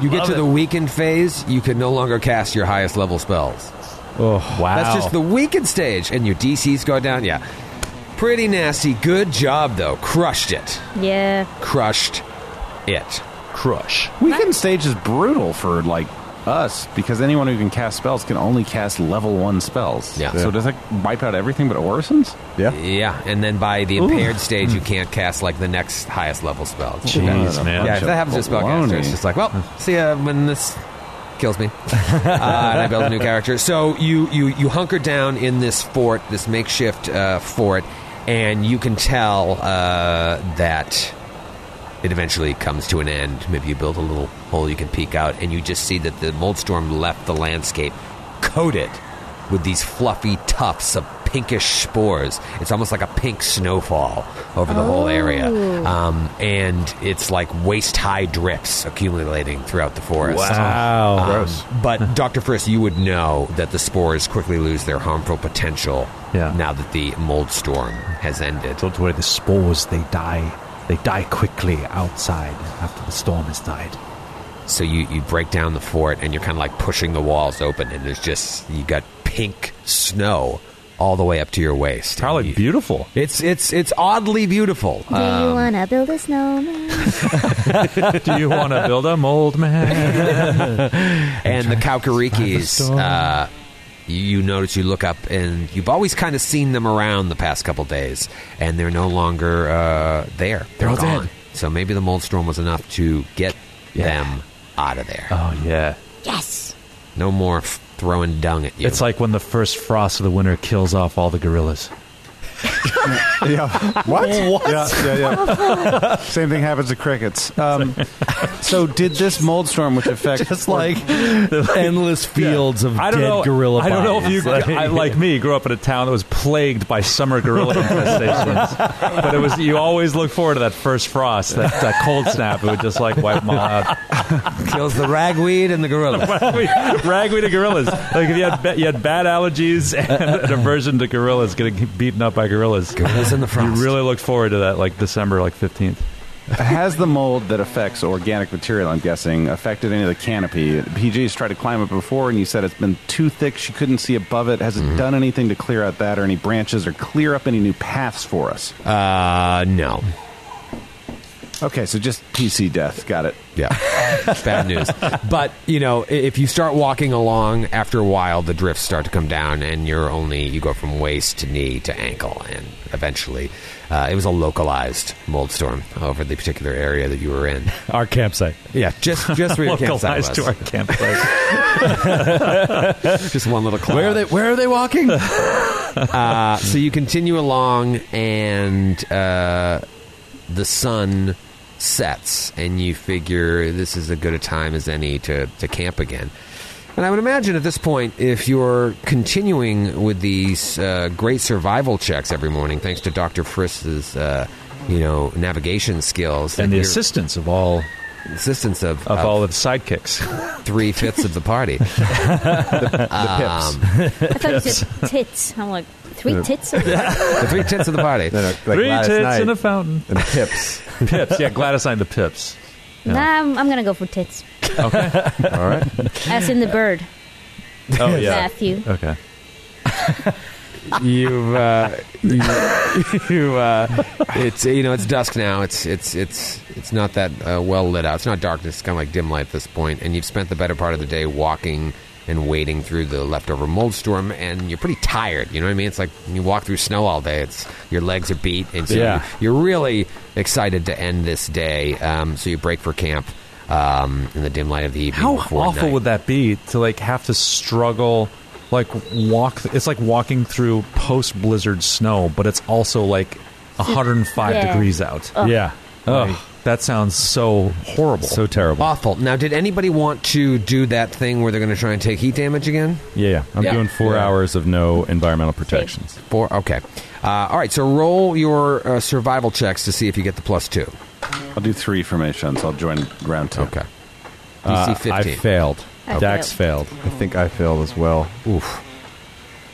S2: you get
S6: love
S2: to
S6: it.
S2: the weakened phase, you can no longer cast your highest level spells.
S6: Oh wow!
S2: That's just the weakened stage, and your DCs go down. Yeah, pretty nasty. Good job though. Crushed it.
S8: Yeah.
S2: Crushed it.
S4: Crush.
S5: Weekend stage is brutal for like us because anyone who can cast spells can only cast level one spells.
S2: Yeah.
S5: So does that wipe out everything but Orisons?
S3: Yeah.
S2: Yeah, and then by the impaired stage, you can't cast like the next highest level spell. It's too bad.
S4: Jeez, man.
S2: Yeah, if that happens to a
S5: Baloney.
S2: spellcaster, it's just like, well, see ya when this kills me, uh, and I build a new character. So you you you hunker down in this fort, this makeshift uh, fort, and you can tell uh, that it eventually comes to an end. Maybe you build a little hole you can peek out, and you just see that the mold storm left the landscape coated with these fluffy tufts of pinkish spores. It's almost like a pink snowfall over the whole area. Um, and it's like waist high drips accumulating throughout the forest.
S6: Wow.
S2: Um, But Dr. Frisk, you would know that the spores quickly lose their harmful potential
S4: Yeah.
S2: now that the mold storm has ended.
S7: Don't worry, the spores, they die. They die quickly outside after the storm has died.
S2: So you, you break down the fort and you're kind of like pushing the walls open, and there's just, you got pink snow all the way up to your waist.
S4: Probably
S2: And you-
S4: beautiful.
S2: It's, it's, it's oddly beautiful.
S6: Um,
S9: Do you wanna build a snowman?
S4: Do you want to build a mold man?
S2: and the Kaukarikis,
S7: storm.
S2: uh, you, you notice you look up and you've always kind of seen them around the past couple days, and they're no longer uh, there. They're,
S7: all
S2: gone.
S7: dead.
S2: So maybe the mold storm was enough to get them out of there.
S4: Oh yeah.
S9: Yes.
S2: no more f- throwing dung at you.
S4: It's like when the first frost of the winter kills off all the gorillas.
S3: Yeah. What?
S5: Yeah, yeah, yeah. Same thing happens to crickets. Um, so, did this mold storm, which affects
S6: Just like endless fields of
S4: I don't
S6: dead
S4: know.
S6: gorilla.
S4: I don't know if you,
S6: bodies. Like-
S4: I, like me, grew up in a town that was plagued by summer gorilla infestations. but it was you always look forward to that first frost, that, that cold snap. It would just like wipe them all out.
S2: kills the ragweed and the gorilla.
S4: Ragweed, ragweed to gorillas. Like if you had ba- you had bad allergies and an aversion to gorillas, getting beaten up by gorillas.
S2: Gorillas in the frost.
S4: You really looked forward to that, like December, like fifteenth.
S5: has the mold that affects organic material, I'm guessing, affected any of the canopy? PG's tried to climb it before, and you said it's been too thick. She couldn't see above it. Has it done anything to clear out that or any branches or clear up any new paths for us?
S2: Uh, no.
S5: Okay, so just PC death. Got it.
S2: Yeah. Bad news. But, you know, i- if you start walking along, after a while, the drifts start to come down, and you're only, you go from waist to knee to ankle, and eventually, uh, it was a localized mold storm over the particular area that you were in.
S7: Our campsite.
S2: Yeah, just just where your campsite was.
S4: Localized to our campsite.
S2: Just one little cloud.
S6: where are they? Where are they walking?
S2: Uh, so you continue along, and uh, the sun sets, and you figure this is as good a time as any to, to camp again. And I would imagine at this point, if you're continuing with these uh, great survival checks every morning, thanks to Doctor Friss's, uh, you know, navigation skills
S4: and
S2: that
S4: the
S2: your-
S4: assistance of all
S2: assistance of,
S4: of all of the sidekicks.
S2: three fifths of the party. Um,
S8: I thought you said tits. I'm like, three tits?
S2: the three tenths of the party.
S3: No, no, like
S4: Three
S3: last
S4: tits
S3: night,
S4: in a fountain.
S3: and pips.
S4: Pips, yeah, Gladys signed the pips.
S8: Nah, I'm, I'm going to go for tits. Okay. All right. As in the bird,
S4: Oh
S8: Matthew.
S4: Okay.
S2: you've uh, you, you uh, it's you know it's dusk now. It's it's it's it's not that uh, well lit out. It's not darkness. It's kind of like dim light at this point. And you've spent the better part of the day walking and wading through the leftover mold storm, and you're pretty tired. You know what I mean? It's like you walk through snow all day. It's your legs are beat, and so
S6: Yeah.
S2: you, you're really excited to end this day. Um, so you break for camp. Um, in the dim light of the evening.
S4: How
S2: before
S4: awful
S2: night.
S4: would that be to like have to struggle, like walk? It's like walking through post blizzard snow, but it's also like 105
S8: Yeah.
S4: degrees out.
S6: yeah.
S4: Ugh, that sounds so horrible.
S6: So terrible.
S2: awful? Now, did anybody want to do that thing where they're going to try and take heat damage again?
S6: Yeah, yeah. I'm
S2: Yeah.
S6: doing four
S2: Yeah.
S6: hours of no environmental protections.
S2: Four. Okay. Uh, all right. So roll your uh, survival checks to see if you get the plus two.
S5: I'll do three formations. I'll join round two.
S2: Okay. DC
S6: Uh, I
S2: fifteen.
S6: failed.
S8: I
S6: Dax failed.
S3: I think I failed as well.
S6: Oof.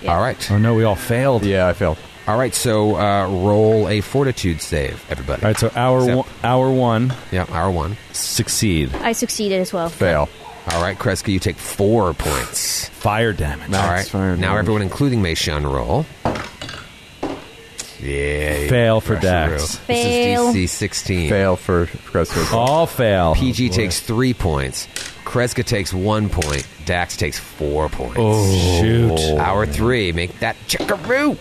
S8: Yeah.
S2: All right.
S6: Oh no, we all failed.
S3: Yeah, I failed.
S2: All right. So uh, roll a fortitude save, everybody.
S6: All right, so hour
S2: Except-
S6: one, hour one
S2: Yeah. Hour one.
S6: succeed.
S8: I succeeded as well.
S3: Fail.
S2: All right, Kreska, you take four points.
S6: Fire damage.
S2: all right.
S3: That's fine.
S2: now everyone, including Meishan, roll. Yeah.
S6: Fail for
S2: Rush
S6: Dax.
S2: through.
S8: Fail.
S2: This is DC sixteen.
S3: Fail for Cresco.
S6: All fail.
S2: PG takes three points. Kreska takes one point. Dax takes four points.
S6: Shoot.
S2: Hour three, make that chickaroo.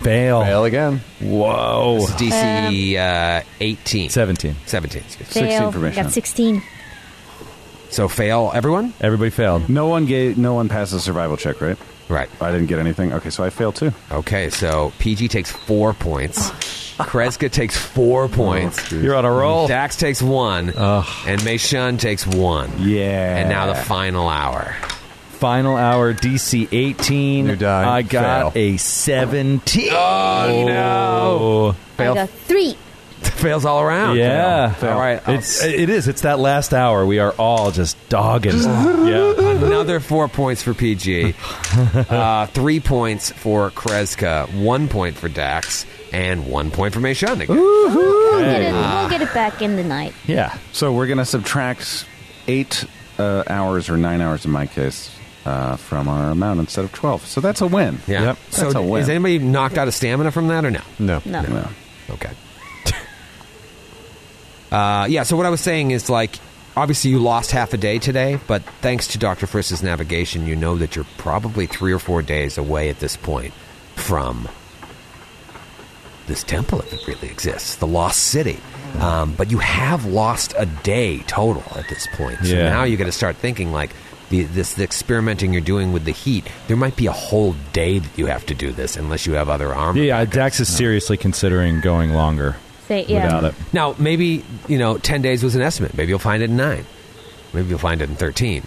S6: Fail.
S3: Fail again.
S6: Whoa.
S2: It's DC uh, 18.
S6: 17.
S2: 17. excuse me.
S8: Fail.
S5: information.
S8: Got 16.
S2: So fail, everyone?
S6: Everybody failed.
S5: No one gave. No one passed the survival check, right?
S2: Right.
S5: I didn't get anything. Okay, so I failed too.
S2: Okay, so PG takes four points. Kreska takes four
S5: Oh,
S2: points. Oh.
S6: You're on a roll.
S2: Dax takes one. And Meishun takes one.
S5: Yeah.
S2: And now the final hour.
S6: Final hour DC 18.
S3: You die.
S6: I got
S3: Fail.
S6: a Oh, 17.
S2: no.
S8: I got three.
S2: Fails all around.
S6: Yeah.
S2: All right. uh, I'll-
S6: It's it is. It's that last hour. We are all just dogging. yeah.
S2: Another four points for PG, uh, three points for Kreska, one point for Dax, and one point for Meishon again.
S8: We'll get, it, we'll get it back in the night.
S6: Yeah.
S5: So we're going to subtract eight uh, hours or nine hours in my case uh, from our amount instead of 12. So that's a win.
S2: Yeah.
S6: Yep.
S2: So
S5: That's a win.
S2: is anybody knocked out of stamina from that or no?
S3: No.
S8: No.
S5: Yeah.
S2: Okay. uh, yeah, so what I was saying is like obviously you lost half a day today, but thanks to Dr. Friss's navigation, you know that you're probably 3 or 4 days away at this point from this temple if it really exists, the lost city. Um, but you have lost a day total at this point. So
S6: Yeah.
S2: now you got to start thinking like the, this the experimenting you're doing with the heat. There might be a whole day that you have to do this unless you have other armor.
S6: Yeah. Dax is seriously considering going longer
S8: Say, yeah.
S6: without it.
S2: Now, maybe, you know, 10 days was an estimate. Maybe you'll find it in 9. Maybe you'll find it in 13.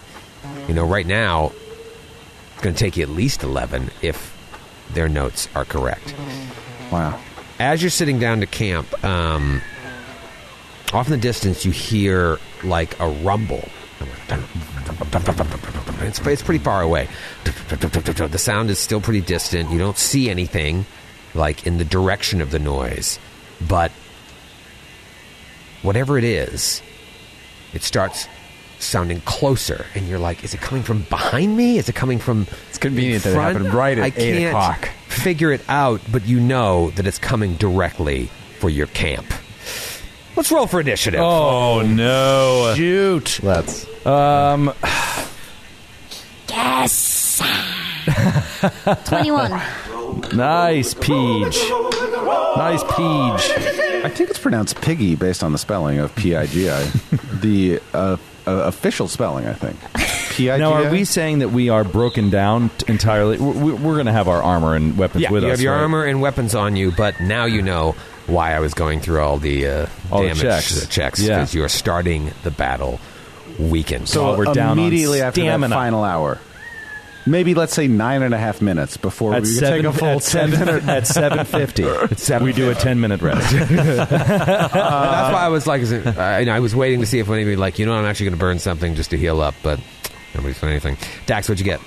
S2: You know, right now, it's going to take you at least 11 if their notes are correct.
S5: Wow.
S2: As you're sitting down to camp, um, off in the distance, you hear like a rumble. It's, it's pretty far away. The sound is still pretty distant. You don't see anything like in the direction of the noise, but whatever it is, it starts sounding closer, and you're like, "Is it coming from behind me? Is it coming from?"
S3: It's convenient that it
S2: front?
S3: happened right at
S2: I
S3: 8
S2: can't
S3: o'clock.
S2: Figure it out, but you know that it's coming directly for your camp. Let's roll for initiative.
S6: Oh no! Shoot.
S3: Let's.
S9: Yes.
S8: 21.
S6: Nice peach. Nice peach.
S5: I think it's pronounced piggy based on the spelling of P I G I. The uh, uh, official spelling, I think. P I G I.
S6: Now, are we saying that we are broken down t- entirely? We're, we're going to have our armor and weapons
S2: yeah,
S6: with
S2: you
S6: us.
S2: have your
S6: right?
S2: armor and weapons on you, but now you know why I was going through all the uh,
S6: All the
S2: damage
S6: checks. Yeah.
S2: because you are starting the battle weakened.
S5: So
S6: While we're down on
S5: immediately after that
S6: stamina.
S5: final hour. Maybe let's say nine and a half minutes before
S6: At
S5: we
S6: seven,
S5: take a full
S6: at seven, at seven fifty. We do a ten minute rest.
S2: that's
S6: Uh,
S2: why I was like, is it, I, you know, I was waiting to see if anybody like, you know, I'm actually going to burn something just to heal up, but nobody's done anything. Dax, what'd you get?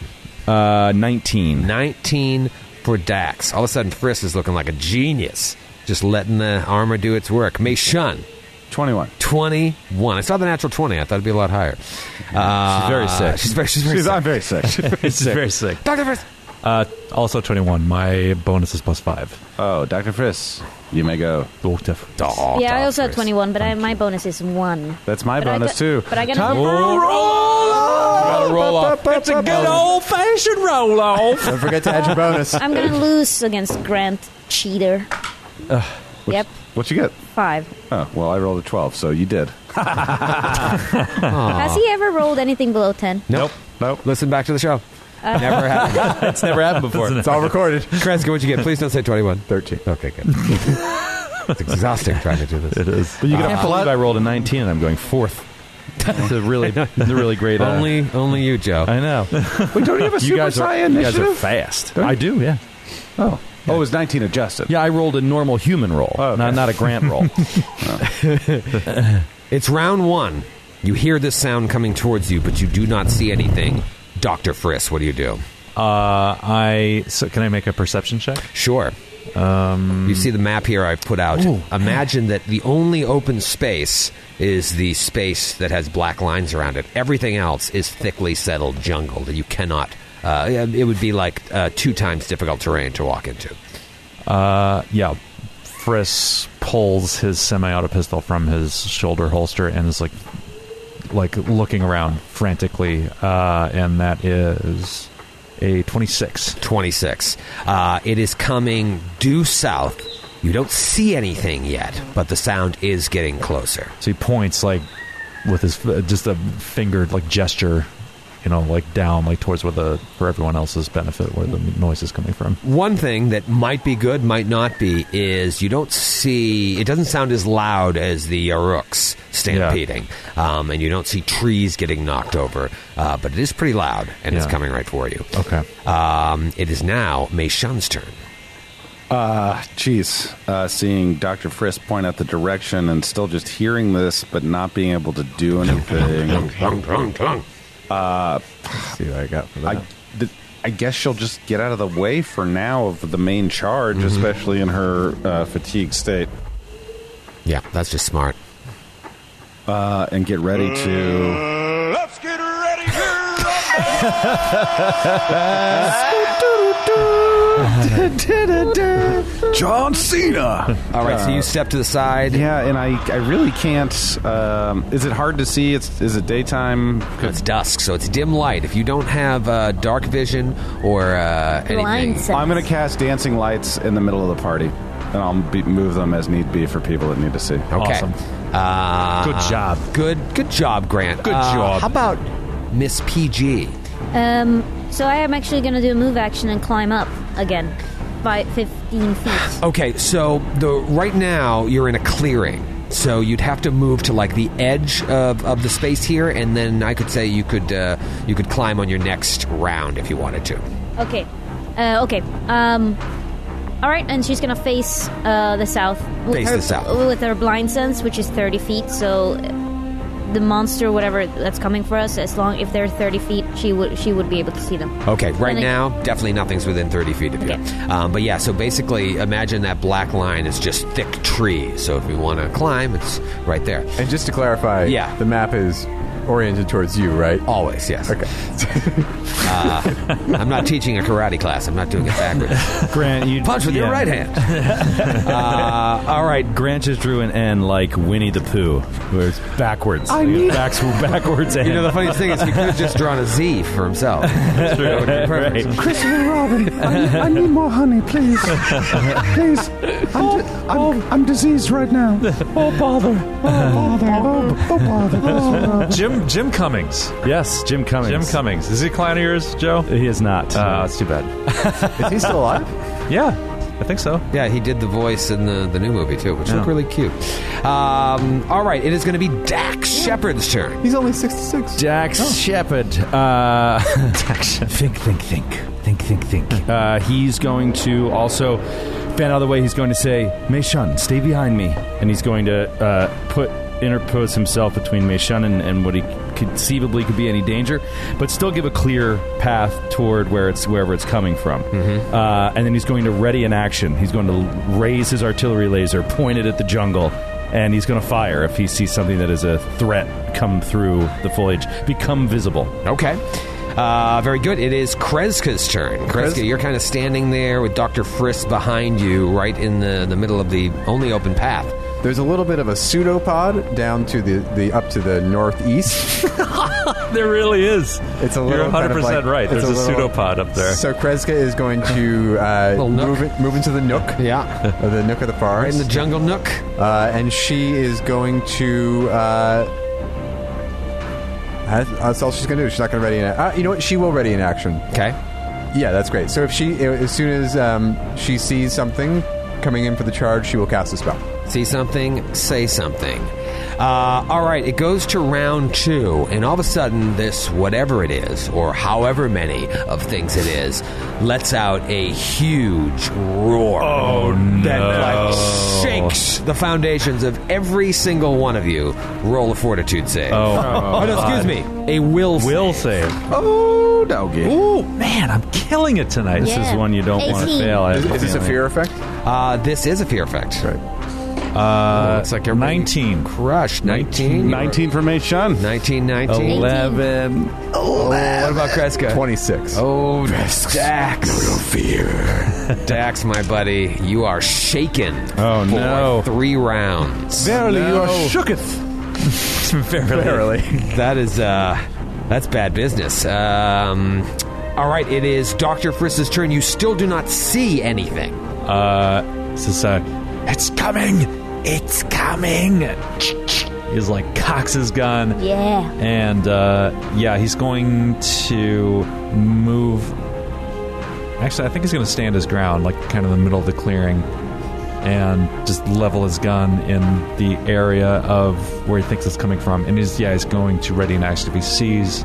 S6: Uh, Nineteen.
S2: 19 for Dax. All of a sudden, Frisk is looking like a genius, just letting the armor do its work. Mei Shun,
S5: 21.
S2: 21. I saw the natural 20. I thought it'd be a lot higher. Uh,
S6: She's very sick.
S2: She's very, she's very
S5: She's,
S2: sick.
S5: I'm very sick.
S4: It's very sick.
S2: Dr. Frisk!
S4: Uh, also 21. My bonus is plus 5.
S5: oh, Dr. Friss, you may go.
S4: Doctor.
S2: Oh,
S8: yeah, I
S2: Dr.
S8: also had
S2: Frisk.
S8: 21, but I, my bonus is 1.
S5: That's my
S8: But I
S5: bonus,
S8: got-
S5: too. Oh,
S8: But I got
S5: Time
S8: a
S5: for
S6: Gotta roll off.
S4: It's a good old fashioned roll off.
S3: Don't forget to add your bonus.
S8: I'm going to lose against Grant Cheater. yep,
S5: What you get?
S8: 5.
S5: Oh, well, I rolled a 12, so you did.
S8: Has he ever rolled anything below 10?
S2: Nope.
S5: Nope.
S2: Listen back to the show. Never happened.
S6: It's never happened before.
S3: It's all recorded.
S2: Kreska, what'd you get? Please don't say 21.
S3: 13.
S2: Okay, good. it's exhausting trying to do this. It is.
S6: But you can't believe I rolled a nineteen and I'm going fourth. It's a really, it's a really great. uh,
S2: Only, only you, Joe.
S6: I know.
S5: Wait, don't you have a
S6: You
S5: super
S6: guys are
S5: Saiyan
S6: you guys are
S5: initiative?
S6: fast. I do. Yeah.
S5: oh. Oh, it was 19 adjusted.
S6: Yeah. I rolled a normal human roll,
S5: okay.
S6: not not a Grant roll.
S2: It's round one. You hear this sound coming towards you, but you do not see anything. Dr. Friss, what do you do?
S4: Uh, I so can I make a perception check?
S2: Sure. Um, you see the map here I've put out. Imagine that the only open space is the space that has black lines around it. Everything else is thickly settled jungle that you cannot. Uh, it would be like uh, two times difficult terrain to walk into.
S4: Uh, yeah. Friss pulls his semi-auto pistol from his shoulder holster and is like, like looking around frantically. Uh, and that is a twenty-six.
S2: 26. Uh, it is coming due south. You don't see anything yet, but the sound is getting closer.
S4: uh, So he points like with his just a fingered like gesture you know, like down, like towards where the for everyone else's benefit, where the noise is coming from.
S2: One thing that might be good, might not be, is you don't see, it doesn't sound as loud as the Aruks stampeding. Um, and you don't see trees getting knocked over. Uh, but it is pretty loud, and it's
S4: Yeah.
S2: coming right for you.
S4: Okay.
S2: Um, it is now Mei Shun's turn.
S5: Uh, geez, uh, seeing Dr. Frisk point out the direction and still just hearing this, but not being able to do anything.
S2: Tlung, tlung, tlung.
S3: Let's see what I got for that.
S5: I, th- I guess she'll just get out of the way for now of the main charge, especially in her uh, fatigued state,
S2: Yeah, that's just smart.
S5: uh, and get ready to.
S1: Let's get ready to
S5: John Cena!
S2: All right,
S4: Uh,
S2: so you step to the side.
S5: yeah, and I, I really can't. Um, is it hard to see? It's, is it daytime?
S2: It's dusk, so it's dim light. If you don't have uh, dark vision or uh, anything,
S9: Blinds.
S5: I'm going to cast dancing lights in the middle of the party, and I'll be, move them as need be for people that need to see.
S2: Okay.
S4: Awesome.
S2: Uh,
S4: Good job.
S2: Good. Good job, Grant. Good
S4: job.
S2: How about Miss PG?
S8: Um, so I am actually going to do a move action and climb up again by 15 feet.
S2: Okay. So the right now you're in a clearing. So you'd have to move to like the edge of, of the space here, and then I could say you could uh, you could climb on your next round if you wanted to.
S8: Okay. Uh, okay. Um, all right, and she's going to face uh, the south. with
S2: Face
S8: her-
S2: the south.
S8: With her blind sense, which is 30 feet, so uh, the monster, whatever that's coming for us, as long if they're 30 feet, she would she would be able to see them.
S6: Oh,
S2: Okay, right
S8: And I-
S2: now, definitely nothing's within 30 feet of you.
S8: Okay.
S2: Um, but yeah, so basically, imagine that black line is just thick trees. So if we want to climb, it's right there.
S3: and just to clarify,
S2: Yeah.
S3: the map is oriented towards you, right?
S2: Always, yes. Uh,
S3: Okay.
S2: I'm not teaching a karate class, I'm not doing it backwards.
S4: Grant, you
S2: Punch with your
S4: yeah.
S2: right hand. uh, all right,
S6: Grant just drew an N like Winnie the Pooh, where it's backwards. I mean, backs, backwards N.
S2: You know, the funniest thing is he could have just drawn a Z for himself. That would have been perfect.
S5: Christopher Robin, I need, I need more honey, please. Please. I'm, di- I'm, I'm diseased right now.
S4: Oh bother!
S5: Oh, oh, bother. Oh.
S4: Jim Jim Cummings.
S6: yes, Jim Cummings.
S4: Jim Cummings. Is he a client of yours, Joe?
S6: He is not.
S4: Uh, it's too bad.
S3: Is he still alive?
S4: Yeah, I think so.
S2: Yeah, he did the voice in the, the new movie, too, which
S4: Oh.
S2: looked really cute. Um, all right, it is going to be Dax Shepard's turn.
S3: He's only 66.
S6: Dax Shepard. Uh, Dax Think, think, think. Think, think, think. Uh, he's going to also, fan out of the way, he's going to say, Meishun, stay behind me. And he's going to uh, put, interpose himself between Meishun and, and what he conceivably could be any danger, but still give a clear path toward where it's wherever it's coming from. Uh, and then he's going to ready an action. He's going to raise his artillery laser, point it at the jungle, and he's going to fire if he sees something that is a threat come through the foliage, become visible.
S2: Okay. Uh, very good. It is Kreska's turn. Kreska, you're kind of standing there with Dr. Frisk behind you, right in the, the middle of the only open path.
S3: There's a little bit of a pseudopod down to the, the up to the northeast.
S4: There really is.
S3: It's a little
S4: You're 100%
S3: kind of like-
S4: right.
S3: it's
S4: There's a,
S3: little-
S4: pseudopod up there.
S3: So Kreska is going to uh,
S2: Little nook.
S3: move, it, move into the nook.
S2: Yeah.
S3: Uh, the nook of the
S2: Right in
S3: forest.
S2: the jungle nook.
S3: uh, and she is going to. Uh, that's, that's all she's going to do. She's not going to ready an. Uh, you know what? She will ready an action.
S2: Okay.
S3: Yeah, that's great. So if she, uh, as soon as um, she sees something coming in for the charge, she will cast a spell.
S2: See something, say something. Uh, all right, it goes to round two, and all of a sudden, this whatever it is, or however many of things it is, lets out a huge roar. Oh, that like shakes the foundations of every single one of you. Roll a fortitude save. Oh, no, excuse me, a will save.
S4: Will save.
S5: oh, doggy.
S4: Ooh, man, I'm killing it tonight.
S6: This is
S9: Yeah.
S6: one you don't want to
S9: 18.
S6: fail. I
S3: Is,
S6: have
S3: is this a
S6: feeling.
S3: fear effect?
S2: Uh, this is a fear effect.
S3: Right.
S4: Uh,
S2: Looks like everybody
S4: 19.
S2: Crush 19.
S5: 19 for May Shun.
S2: 19, 19.
S4: Eleven.
S2: What about Kreska?
S3: Twenty-six.
S2: Oh, Dax.
S1: fear.
S2: Dax, my buddy, you are shaken.
S4: Oh,
S2: for
S4: no.
S2: Three rounds.
S5: Verily, you are shooketh.
S4: Verily.
S2: That is, uh, that's bad business. Um, all right, it is Dr. Friss's turn. You still do not see anything.
S4: Uh, this is, uh, it's coming. It's coming. is like cocks his gun.
S9: Yeah.
S4: And uh, yeah, he's going to move. Actually, I think he's going to stand his ground, like kind of in the middle of the clearing, and just level his gun in the area of where he thinks it's coming from. And he's yeah, he's going to ready an action if he sees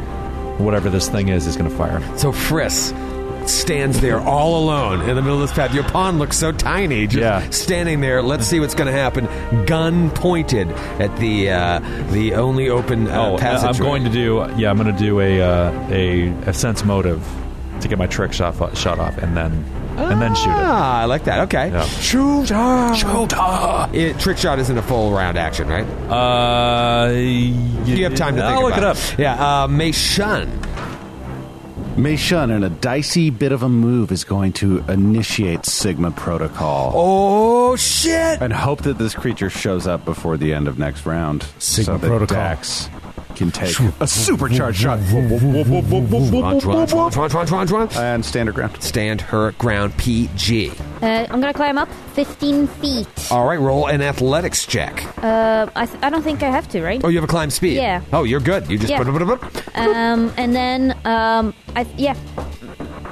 S4: whatever this thing is. He's going to fire.
S2: So Friss stands there all alone in the middle of this path. Your pawn looks so tiny, just
S4: Yeah.
S2: standing there. Let's see what's going to happen. Gun pointed at the uh, the only open uh,
S4: Oh,
S2: passage.
S4: I'm going to do yeah. I'm going to do a, uh, a a sense motive to get my trick shot fo- shot off, and then and then shoot it.
S2: Ah, I like that. Okay.
S4: Yeah.
S2: Shoot her. Shoot her. It, trick shot isn't a full round action, right?
S4: Uh,
S2: You have time to think
S4: I'll look
S2: about
S4: it up.
S2: Yeah, uh, may shun.
S5: Mei Shun, in a dicey bit of a move, is going to initiate Sigma Protocol
S2: Oh shit!
S5: and hope that this creature shows up before the end of next round.
S7: Sigma
S5: so that
S7: Protocol.
S5: Dax can take a supercharged shot and stand her ground.
S2: Uh, Stand her ground, PG.
S8: Uh, I'm gonna climb up
S9: 15 feet.
S2: All right, roll an athletics check.
S8: Uh, I, th- I don't think I have to, right?
S2: Oh, you have a climb speed.
S8: Yeah.
S2: Oh, you're good. You just.
S8: Yeah. Um, and then um, I yeah,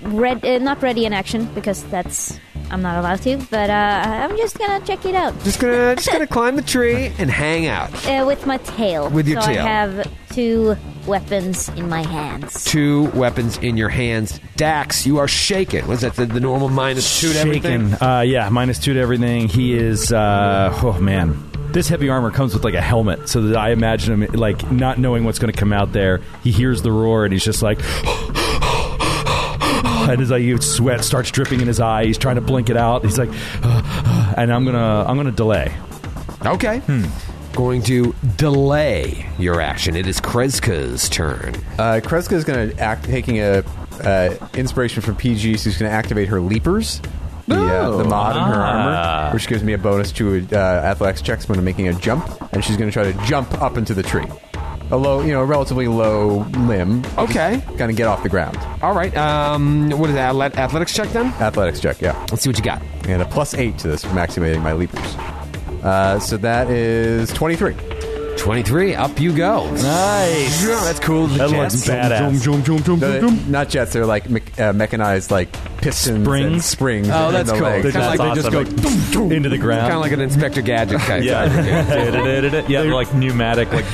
S8: red uh, not ready in action because that's I'm not allowed to. But uh, I'm just gonna check it out
S2: Just gonna just gonna climb the tree and hang out.
S8: uh, with my tail.
S2: With your
S8: so
S2: tail.
S8: I have two weapons in my hands.
S2: Two weapons in your hands. Dax, you are shaken. Was that the, the normal minus two to everything?
S6: Shaken. Uh, yeah, minus two to everything. He is. Uh, oh man, this heavy armor comes with like a helmet, so that I imagine him like not knowing what's going to come out there. He hears the roar and he's just like. And his like sweat starts dripping in his eye. He's trying to blink it out. He's like, and I'm gonna, I'm gonna delay.
S2: Okay. Going to delay your action. It is Kreska's turn.
S3: Uh, Kreska is going to act taking a uh, inspiration from PG. She's going to activate her leapers, the, uh,
S6: Oh,
S3: the mod in her
S6: ah.
S3: armor, which gives me a bonus to uh, athletics checks when I'm making a jump. And she's going to try to jump up into the tree, a low, you know, relatively low limb.
S2: Okay.
S3: going to get off the ground.
S2: All right. Um, what is that? Athle- Athletics check then?
S3: Athletics check, yeah,
S2: Let's see what you got.
S3: and a plus eight to this from activating my leapers. Uh, so that is 23.
S2: 23. Up you go. Nice. Yeah, Oh, that's cool. The
S6: That
S2: chest.
S6: looks badass.
S3: No, they- not jets. They're like me- uh, mechanized, like pistons and
S6: Springs?
S3: springs.
S2: Oh, that's
S3: in
S2: cool.
S3: the legs.
S2: Kinda
S6: That's
S2: like they just go
S6: awesome. into the ground.
S2: Kind of like an Inspector Gadget kind of thing.
S6: yeah, yeah, like pneumatic, like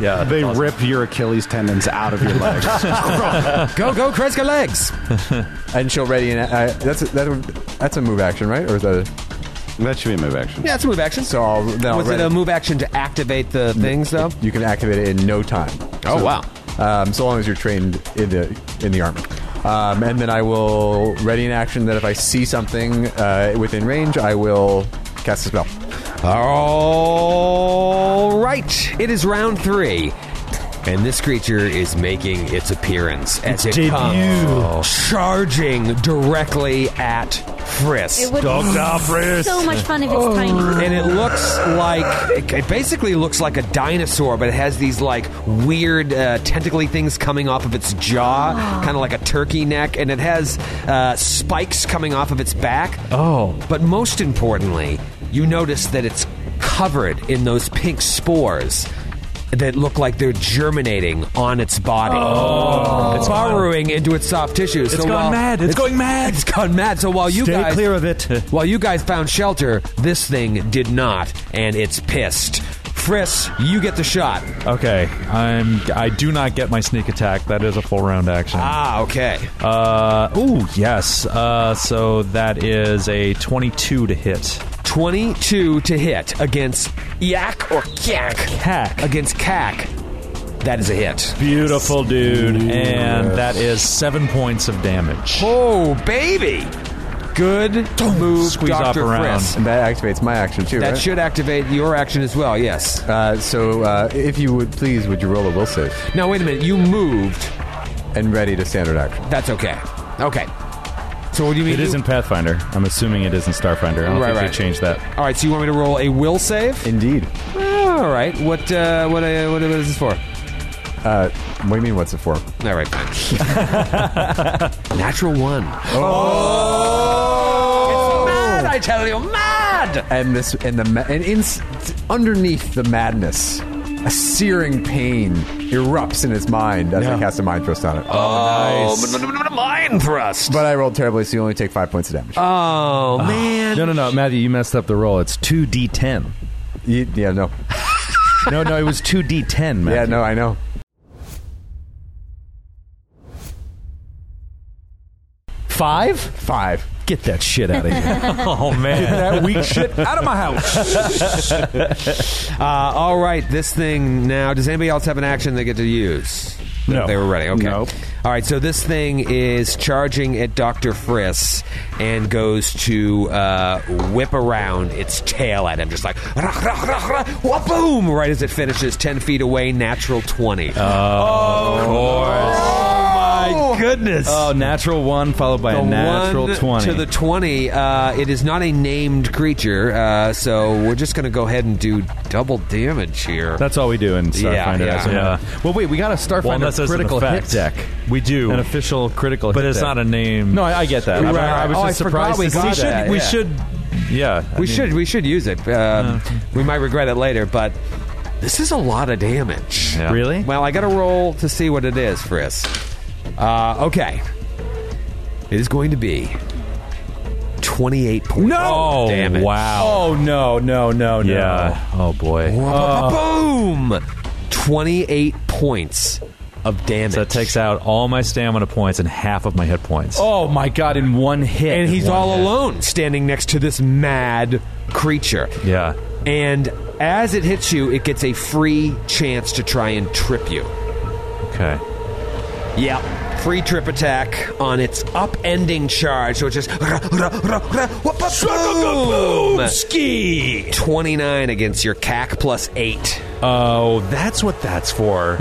S6: yeah.
S5: They rip your Achilles tendons out of your legs.
S2: Go, go, Kreska legs.
S3: And she'll ready and uh, that's a, that, that's a move action, right? Or is that a,
S5: that should be a move action.
S2: Yeah, it's a move action.
S3: so? I'll, then I'll
S2: Was it
S3: ready.
S2: a move action to activate the things, though?
S3: You can activate it in no time.
S2: Oh,
S3: So-
S2: wow.
S3: Um, so long as you're trained in the in the army. Um, and then I will ready in action that if I see something uh, within range, I will cast a spell.
S2: All right. It is round three. And this creature is making its appearance as it comes charging directly at Frisk.
S8: It would be Oh. so much fun if it's tiny.
S2: and it looks like it- it basically looks like a dinosaur, but it has these like weird uh, tentacly things coming off of its jaw, kind of like a turkey neck, and it has uh, spikes coming off of its back.
S4: Oh.
S2: But most importantly, you notice that it's covered in those pink spores. That look like they're germinating on its body, it's burrowing into its soft tissues.
S7: Oh. It's going mad. It's going mad.
S2: It's gone mad. So while you
S7: Stay
S2: guys
S7: clear of it.
S2: while you guys found shelter, this thing did not, and it's pissed. Friss, you get the shot.
S4: Okay, I'm. I do not get my sneak attack. That is a full round action.
S2: Ah, okay.
S4: Uh, ooh, yes. Uh, so that is a 22 to hit.
S2: 22 to hit against Yak or Kak.
S4: Kak.
S2: Against Kak. That is a hit.
S4: Beautiful, dude. And that is seven points of damage.
S2: Oh, baby. Good move,
S4: Squeeze up
S2: Dr.
S4: around.
S2: Friss.
S3: And that activates my action too.
S2: That
S3: right?
S2: should activate your action as well, yes.
S3: Uh, so uh, if you would please, would you roll a will save
S2: Now, wait a minute. You moved.
S3: and ready to standard action?
S2: That's okay. Okay. So, what do you mean?
S6: It
S2: you-
S6: isn't Pathfinder. I'm assuming it isn't Starfinder. I don't
S2: Right,
S6: think
S2: right.
S6: they changed that.
S2: All right, so you want me to roll a will save?
S3: Indeed.
S2: All right. What uh, what, uh, what what is this for?
S3: What do you mean? What's it for?
S2: All right, fine. Natural one. Oh, it's mad! I tell you, mad.
S3: And this and the ma- and in, underneath the madness a searing pain erupts in his mind as I cast a mind thrust on it.
S6: Oh,
S2: Mind thrust.
S3: But I rolled terribly, so you only take five points of damage.
S2: Oh man.
S6: No, no, no, Uh, Matthew, you messed up the roll. It's two d10.
S3: You- yeah, no.
S6: No, no, it was two d10, Matthew.
S3: Yeah, no, I know.
S6: Five?
S3: Five.
S6: Get that shit out of here.
S4: Oh man,
S6: that weak shit out of my house.
S2: Uh, all right, this thing now. Does anybody else have an action they get to use? That
S5: No.
S2: They were ready. Okay.
S5: Nope.
S2: All right, so this thing is charging at Dr. Friss and goes to uh, whip around its tail at him, just like, rah, rah, rah, rah, wha- boom, right as it finishes 10 feet away, natural Oh, 20.
S6: My goodness. Oh, natural one followed by a
S2: The
S6: natural
S2: one
S6: 20.
S2: to the 20 uh, it is not a named creature uh, so we're just going to go ahead and do double damage here
S6: That's all we do in Starfinder.
S2: Yeah,
S6: as of
S2: yeah.
S6: now.
S4: Yeah.
S6: Well, wait, we got a Starfinder
S4: unless it's an
S6: critical hit
S4: effect.
S6: deck.
S4: We do.
S6: An official critical hit
S4: but it's not a name.
S6: No, I, I get that. I-
S4: Right,
S6: I, was
S4: oh,
S6: just
S4: I
S6: surprised
S2: forgot we
S6: to see
S2: got
S4: we should.
S2: that,
S4: we
S2: yeah.
S4: should. Yeah, I
S2: we
S4: mean,
S2: should we should use it um, we might regret it later but this is a lot of damage
S4: Yeah.
S6: Really?
S2: well i gotta roll to see what it is Friss. uh, okay it is going to be 28 points
S6: No!
S2: of damage.
S4: wow.
S6: Oh, no, no, no, no.
S4: Yeah. Oh boy.
S2: boom 28 points of damage
S4: So that takes out all my stamina points and half of my hit points.
S6: Oh, my God, in one hit.
S2: and he's
S6: In one
S2: all
S6: hit.
S2: alone standing next to this mad creature.
S4: Yeah.
S2: And as it hits you, it gets a free chance to try and trip you.
S4: Okay.
S2: Yep. Free trip attack on its upending charge, so it's just boom. ski. Twenty nine against your CAC plus eight,
S4: Oh, that's what that's for.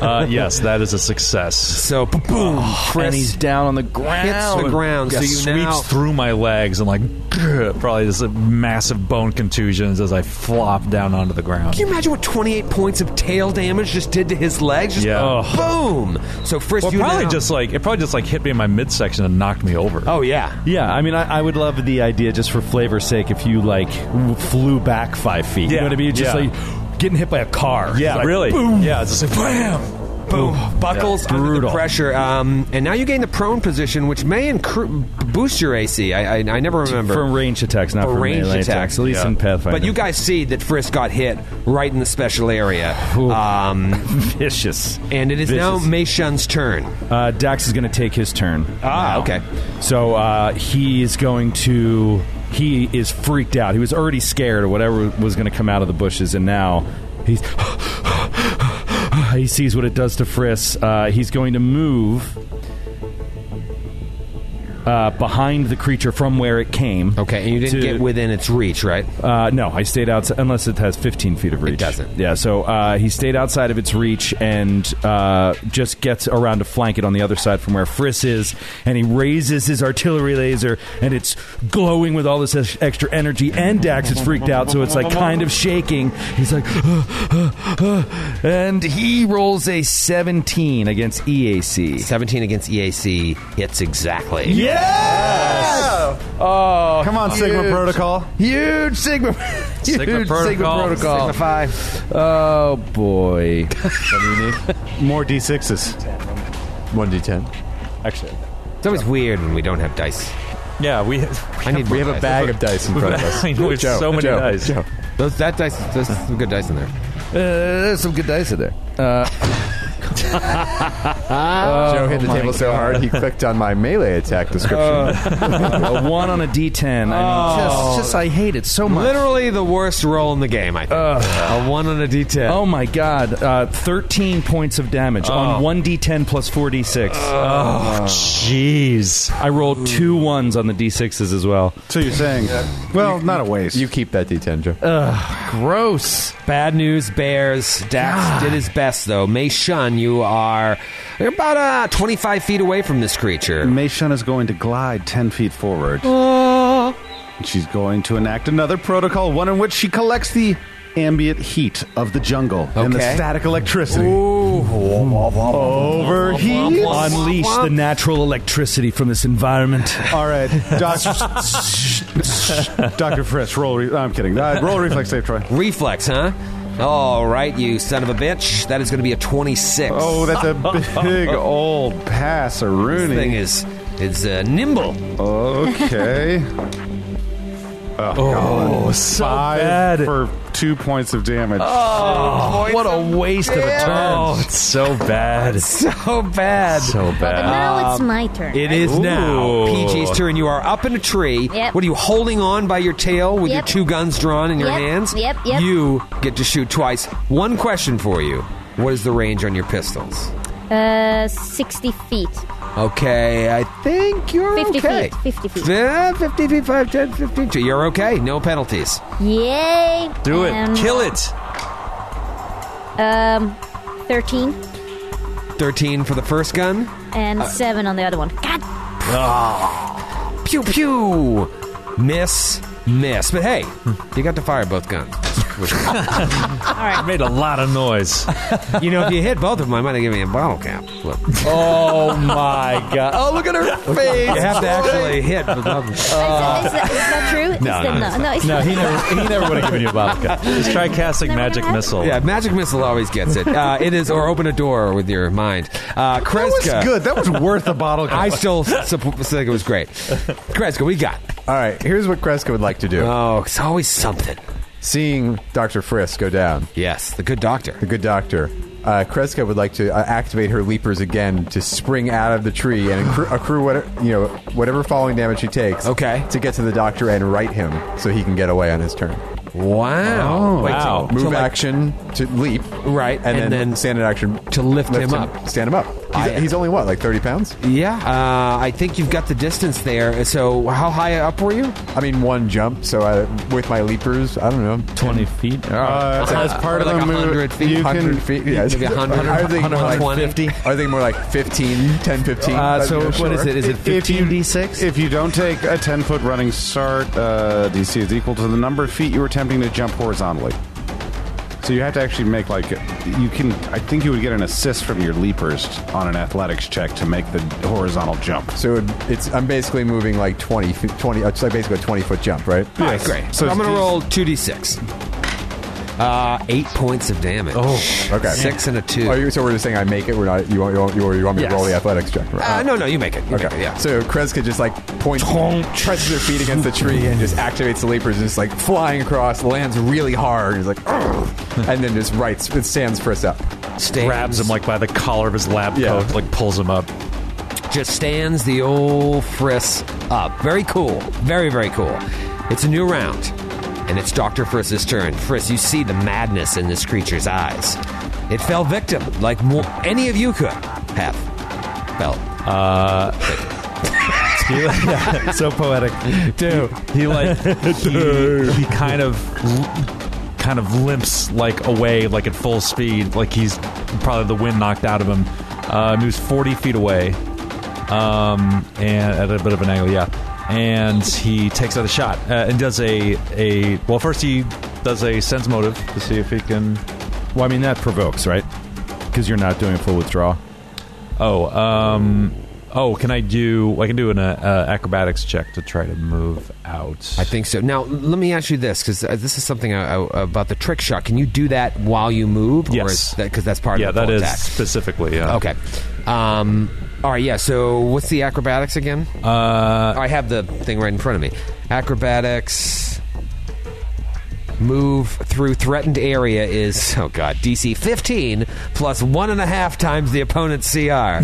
S4: uh, yes, that is a success.
S2: so boom. Chris
S6: And he's down on the ground.
S2: hits the ground, so
S4: Yeah,
S2: you
S4: sweeps
S2: now
S4: through my legs and like probably just a massive bone contusions as I flop down onto the ground.
S2: Can you imagine what 28 points of tail damage just did to his legs? Just
S4: Yeah.
S2: Boom! So first
S4: Well,
S2: you
S4: probably
S2: now-
S4: just like it probably just like hit me in my midsection and knocked me over.
S2: Oh yeah.
S6: Yeah, I mean, I, I would love the idea just for flavor's sake if you, like, w- flew back five feet. You
S4: Yeah,
S6: know what I mean? Just
S4: yeah.
S6: like getting hit by a car.
S4: yeah,
S6: Like,
S4: really?
S6: boom.
S4: Yeah, it's just like bam.
S2: Boom. Buckles
S4: Yeah.
S2: under the
S4: Brutal.
S2: pressure. Um, and now you gain the prone position, which may incre- boost your AC. I, I, I never remember.
S6: For range attacks, not
S2: For
S6: for,
S2: ranged
S6: melee attacks.
S2: attacks,
S6: At least
S4: yeah.
S6: in Pathfinder.
S2: but you guys see that Frisk got hit right in the special area. Um,
S6: vicious.
S2: and it is now
S6: Vicious.
S2: Mei Shun's turn.
S6: Uh, Dax is going to take his turn.
S2: Ah, okay.
S6: So uh, he is going to. He is freaked out. He was already scared of whatever was going to come out of the bushes, and now he's. he sees what it does to Friss. Uh, he's going to move uh, behind the creature from where it came.
S2: Okay, and you didn't
S6: To-
S2: get within its reach, right?
S6: Uh, no, I stayed outside unless it has 15 feet of reach.
S2: doesn't.
S6: Yeah, so uh, he stayed outside of its reach and uh, just gets around to flank it on the other side from where Friss is, and he raises his artillery laser, and it's glowing with all this ex- extra energy. And Dax is freaked out, so it's like kind of shaking. He's like, "Uh, and he rolls a 17 against E EAC.
S2: 17 against EAC hits exactly.
S6: Yes! Oh,
S5: Come on, Sigma
S6: huge.
S5: Protocol.
S6: Huge Sigma, huge Sigma
S4: Protocol.
S6: Protocol. Oh boy.
S5: More D6s.
S3: 1d10.
S6: Actually,
S2: It's always weird when we don't have dice.
S4: Yeah, we.
S2: I need
S3: We
S2: more
S3: have
S2: dice.
S3: a bag of dice in front of us.
S4: I know, it's so many
S3: Joe,
S4: dice.
S3: Joe.
S2: Those that dice, there's some good dice in there.
S6: uh, there's some good dice in there. Uh,
S3: Joe
S6: Oh
S3: hit the table so hard he clicked on my melee attack description.
S6: Uh. a one on a D10. I
S2: Oh.
S6: mean,
S4: oh,
S6: just, just I hate it so much.
S2: Literally the worst roll in the game, I think. a one on a d10.
S6: Oh my god! Uh, Thirteen points of damage
S2: Oh.
S6: on one D10 plus four D6.
S4: Jeez.
S6: I rolled two ones on the D6s as well.
S5: So you're saying, well, not a waste.
S3: you keep that d10, Joe.
S6: Gross.
S2: Bad news, Bears. Dax did his best, though. Mei Shun, you are you're about uh, 25 feet away from this creature.
S5: Meishun is going to glide 10 feet forward. She's going to enact another protocol, one in which she collects the ambient heat of the jungle and the
S2: Okay.
S5: static electricity. Overheat.
S6: Unleash the natural electricity from this environment.
S5: All right, Doc- Dr. Friss, roll. Re- I'm kidding. Uh, roll reflex save, Troy.
S2: Reflex, huh? All right, you son of a bitch. That is going to be a 26.
S5: Oh, that's a big old pass, a
S2: This thing
S5: Rooney.
S2: is it's uh, nimble.
S5: Okay.
S4: Oh, so
S5: Five
S4: bad.
S5: for two points of damage.
S2: Oh.
S4: what a waste of a turn. Oh, it's so bad.
S2: So bad.
S4: so
S8: But
S4: bad.
S8: now it's my turn.
S6: It is now.
S2: PG's turn. You are up in a tree.
S8: Yep.
S2: What are you holding on by your tail with
S8: Yep.
S2: your two guns drawn in your
S8: Yep,
S2: hands?
S8: yep, yep.
S2: You get to shoot twice. One question for you. What is the range on your pistols?
S8: Uh, 60 feet.
S2: Okay, I think you're
S8: 50
S2: okay.
S8: feet, 50 feet.
S2: Yeah, 50 feet, 5, 10, 15. So You're okay. No penalties.
S8: Yay!
S6: Do it.
S8: And,
S6: Kill it.
S8: Um, 13
S2: 13 for the first gun.
S8: and
S6: Uh,
S8: 7 on the other one. God,
S2: Pew, pew. Miss, miss. But hey, you got to fire both guns.
S4: I made a lot of noise.
S2: you know, if you hit both of them, I might have given you a bottle cap. Look.
S4: oh my god.
S2: Oh, look at her face. you have to actually hit with both of them.
S8: is, that, is that true? Is
S4: No,
S8: that-
S4: no, it's
S8: no, it's
S4: No,
S8: not.
S4: he never, he never would have given you a bottle cap. Just try casting
S8: Never
S4: magic
S8: gonna
S4: missile.
S2: Yeah, magic missile always gets it. Uh, it is, or open a door with your mind. Uh, Kreska,
S5: That was good. That was worth a bottle cap.
S2: I still sup- think it was great. Kreska, we got.
S3: All right, here's what Kreska would like to do.
S6: Uh.
S2: Oh, it's always something.
S3: Seeing Dr. Frisk go down,
S2: Yes, the good doctor.
S3: the good doctor, uh, Kreska would like to uh, activate her leapers again to spring out of the tree and accrue, accrue what, you know, whatever falling damage she takes
S2: Okay.
S3: to get to the doctor and right him so he can get away on his turn.
S2: Wow. Oh, Wait,
S4: wow.
S2: to-
S3: Move
S2: to, like,
S3: action to leap.
S2: Right, and
S3: And, then,
S2: then
S3: standard action
S2: to lift him up.
S3: Stand him up. He's,
S2: I-
S3: he's only, what, like 30 pounds?
S2: yeah, uh, I think you've got the distance there. So, how high up were you?
S3: I mean, one jump. So I, with my leapers, I don't know.
S4: 20 feet.
S5: Uh, as
S2: Or
S5: part of
S2: like
S5: the move,
S2: 100 feet.
S5: you can-
S3: 100 feet. Yeah,
S2: Maybe 100,
S3: I think more like
S2: 120.
S3: I think more like 15, 10, 15.
S6: Uh, so
S3: what
S6: what
S3: is
S6: is it? Is it
S5: If you-
S6: 15d6?
S5: If you don't take a 10 foot running start, uh, DC is equal to the number of feet you were attempting to jump horizontally. So you have to actually make like you can. I think you would get an assist from your leapers on an athletics check to make the horizontal jump.
S3: So it, it's I'm basically moving like 20, feet- 20. It's like basically a 20 foot jump, right?
S2: All right, great.
S5: So
S2: So I'm
S5: it's
S2: going to roll
S5: these-
S2: 2d6. Uh, eight points of damage. Oh,
S3: okay.
S2: Six and a two.
S3: Oh, you, so we're just saying I make it. We're not. You want you want, you want, you want me to roll the athletics check?
S2: uh,
S3: Right?
S2: no, no, you make it. You Make it, yeah.
S3: So Kreska just like points, presses her feet against the tree, and just activates the leapers, and just like flying across, lands really hard, and is like, "Ugh," and then just writes. It stands for us up.
S2: stands,
S4: grabs him like by the collar of his lab
S3: Yeah.
S4: coat, like pulls him up.
S2: Just stands the old Friss up. Very cool. Very, very cool. It's a new round, and it's Dr. Friss's turn. Friss, you see the madness in this creature's eyes. It fell victim, like more, any of you could have felt.
S4: so poetic. Dude, he like he, he kind of kind of limps like away like at full speed, like he's probably the wind knocked out of him. Um, he was forty feet away, um, and at a bit of an angle, yeah. And he takes out a shot uh, and does a a well. First, he does a sense motive to see if he can.
S6: Well, I mean that provokes, right? Because you're not doing a full withdrawal.
S4: Oh, um, oh, can I do? I can do an uh, uh, acrobatics check to try to move out.
S2: I think so. Now, let me ask you this, because uh, this is something uh, uh, about the trick shot. Can you do that while you move?
S4: Yes.
S2: Because that's part
S4: yeah,
S2: of the
S4: that
S2: full
S4: is
S2: attack.
S4: specifically. Yeah.
S2: Okay. Um, all right, yeah, so what's the acrobatics again?
S4: Uh,
S2: I have the thing right in front of me. Acrobatics. Move through threatened area is oh god DC 15 plus one and a half times the opponent's CR.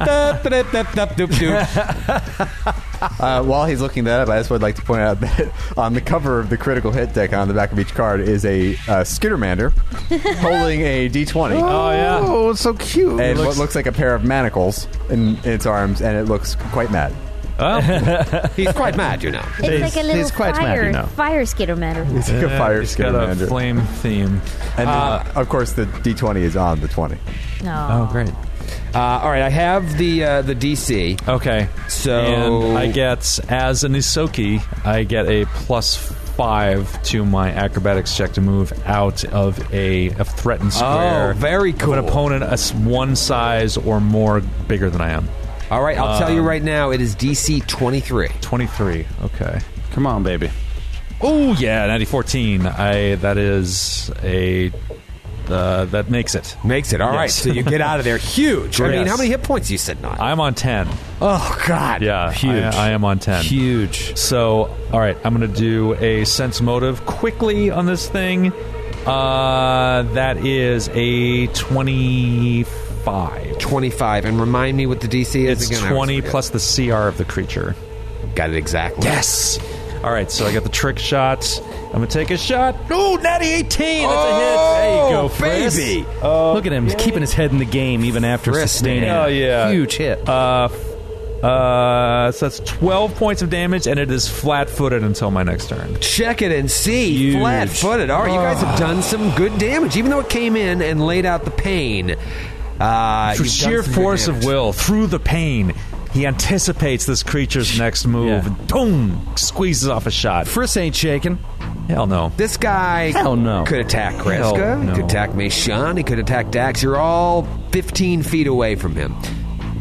S2: Dup, dup, dup, dup, dup, dup.
S3: Uh, while he's looking that up, I just would like to point out that on the cover of the critical hit deck on the back of each card is a uh, Skittermander holding a D20.
S4: oh yeah.
S5: Oh, it's so cute.
S3: and what looks like a pair of manacles in, in its arms, and it looks quite mad.
S2: He's quite mad, you know.
S8: It's like a little
S6: he's quite mad,
S8: fire,
S6: you know.
S8: fire skitter matter.
S3: It's like a fire
S4: It's got a
S3: Skittermander.
S4: flame theme.
S3: and uh, of course, the D20 is on the 20.
S8: No.
S4: great.
S2: Uh, all right, I have the uh, the DC.
S4: Okay.
S2: So-
S4: and I get as an Isoki, I get a plus five to my acrobatics check to move out of a, a threatened square.
S2: Oh, very
S4: of
S2: cool.
S4: An opponent as one size or more bigger than I am.
S2: All right, I'll tell you right now, it is DC 23.
S4: Twenty three. Okay.
S5: Come on, baby.
S4: Oh yeah, ninety fourteen. I that is a uh, that makes it.
S2: Makes it. all right.
S4: Yes.
S2: So you get out of there huge. I mean,
S4: Yes.
S2: how many hit points are you sitting on?
S4: I'm on ten.
S2: oh, God.
S4: Yeah,
S6: Huge.
S4: I, I am on ten.
S6: Huge.
S4: So, all right, I'm going to do a sense motive quickly on this thing. Uh, that is a 25.
S2: 25. And remind me what the DC is
S4: It's
S2: again. I always
S4: 20
S2: forget.
S4: plus the CR of the creature.
S2: Got it exactly.
S4: Yes. All right, so I got the trick shot. I'm going to take a shot. Ooh, natty 18. That's a hit. There you go, Fritz.
S2: Oh, baby.
S6: Look at him. He's keeping his head in the game even after
S2: Wrist,
S6: sustaining.
S4: man. Oh, yeah.
S6: Huge hit.
S4: Uh, f- uh, so that's 12 points of damage, and it is flat footed until my next turn.
S2: Check it and see.
S6: Huge.
S2: Flat footed. All right, you guys have done some good damage, even though it came in and laid out the pain. Uh,
S4: Through
S2: you've done
S4: sheer
S2: some good
S4: force of
S2: damage.
S4: will, through the pain, he anticipates this creature's next move.
S6: Yeah.
S4: and Boom! Squeezes off a shot.
S6: Friss ain't shaking.
S4: Hell no.
S2: This guy
S6: Hell no.
S2: could attack
S4: Hell
S2: Kreska. He
S4: no.
S2: could attack Meshan. He could attack Dax. You're all 15 feet away from him.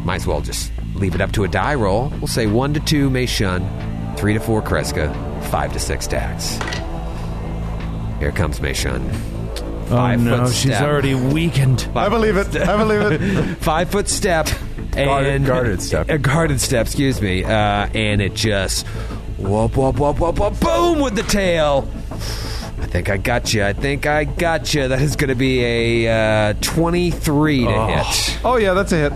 S2: Might as well just leave it up to a die roll. We'll say 1 to 2 Meshan, 3 to 4 Kreska, 5 to 6 Dax. Here comes Meshan. Five
S6: oh, no.
S2: foot
S6: She's
S2: step.
S6: already weakened.
S5: I believe it. I believe it.
S2: Five foot step.
S3: Guarded-
S2: and-
S3: guarded step.
S2: A guarded step, excuse me. Uh, and it just whoop, whoop, whoop, whoop, whoop, boom with the tail. I think I got you. I think I got you. That is going to be a uh, 23 to hit.
S5: Oh yeah, that's a hit.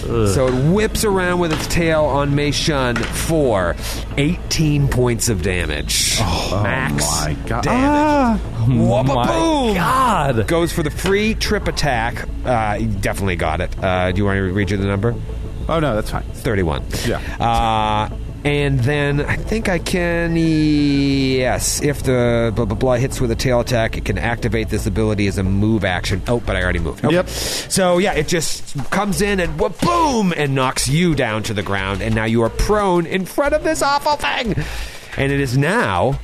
S2: So it whips around with its tail on Mei Shun for 18 points of damage. Oh, Max
S5: my God.
S2: damage. Whoop,
S6: my
S2: boom.
S6: God.
S2: Goes for the free trip attack. Uh, you definitely got it. Uh, do you want me to read you the number?
S5: Oh no, that's fine.
S2: 31.
S5: Yeah.
S2: Uh, and then I think I can. Yes. If the blah, blah, blah hits with a tail attack, it can activate this ability as a move action. Oh, but I already moved. Okay.
S5: Yep.
S2: So, yeah, it just comes in and wha- boom and knocks you down to the ground. And now you are prone in front of this awful thing. And it is now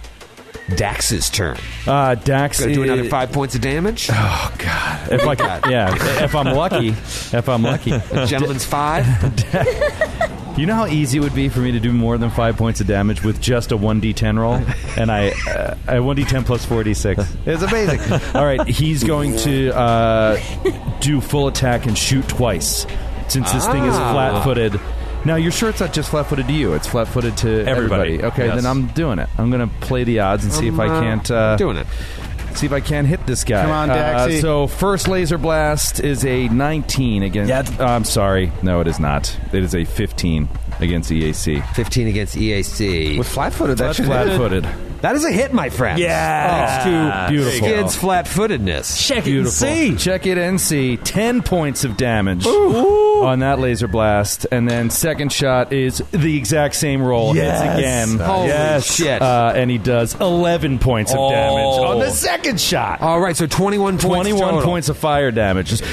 S2: Dax's turn.
S6: Uh, Dax.
S2: Gonna do
S6: i-
S2: another five points of damage.
S6: If I can, yeah, if I'm lucky, if I'm lucky.
S2: Gentleman's five.
S6: You know how easy it would be for me to do more than five points of damage with just a one d10 roll, and I, uh, I one d10 plus four d6. It's amazing. All right, he's going to uh, do full attack and shoot twice, since this thing is
S2: Ah.
S6: flat-footed. Now you're sure it's not just flat-footed to you; it's flat-footed to
S4: Everybody,
S6: everybody. Okay,
S4: yes.
S6: then I'm doing it. I'm going to play the odds and see if I
S2: Uh,
S6: can't uh,
S2: doing it.
S6: See if I can hit this guy.
S5: Come on, Daxi.
S6: Uh, so first laser blast is a 19 against.
S7: Yeah.
S6: I'm sorry, no, it is not. It is a 15 against E EAC.
S2: 15 against E EAC.
S5: flat-footed.
S6: That's flat-footed.
S2: That is a hit, my friend.
S4: Yeah.
S2: Thanks to
S6: Beautiful.
S2: Skid's flat footedness.
S7: Check
S6: Beautiful. Check it and see. 10 points of damage on that laser blast, and then second shot is the exact same roll. Hits again.
S2: Holy shit. Oh.
S6: Uh, and he does 11 points of damage on the second shot.
S2: All right, so 21 points.
S6: 21
S2: total.
S6: points of fire damage. Just-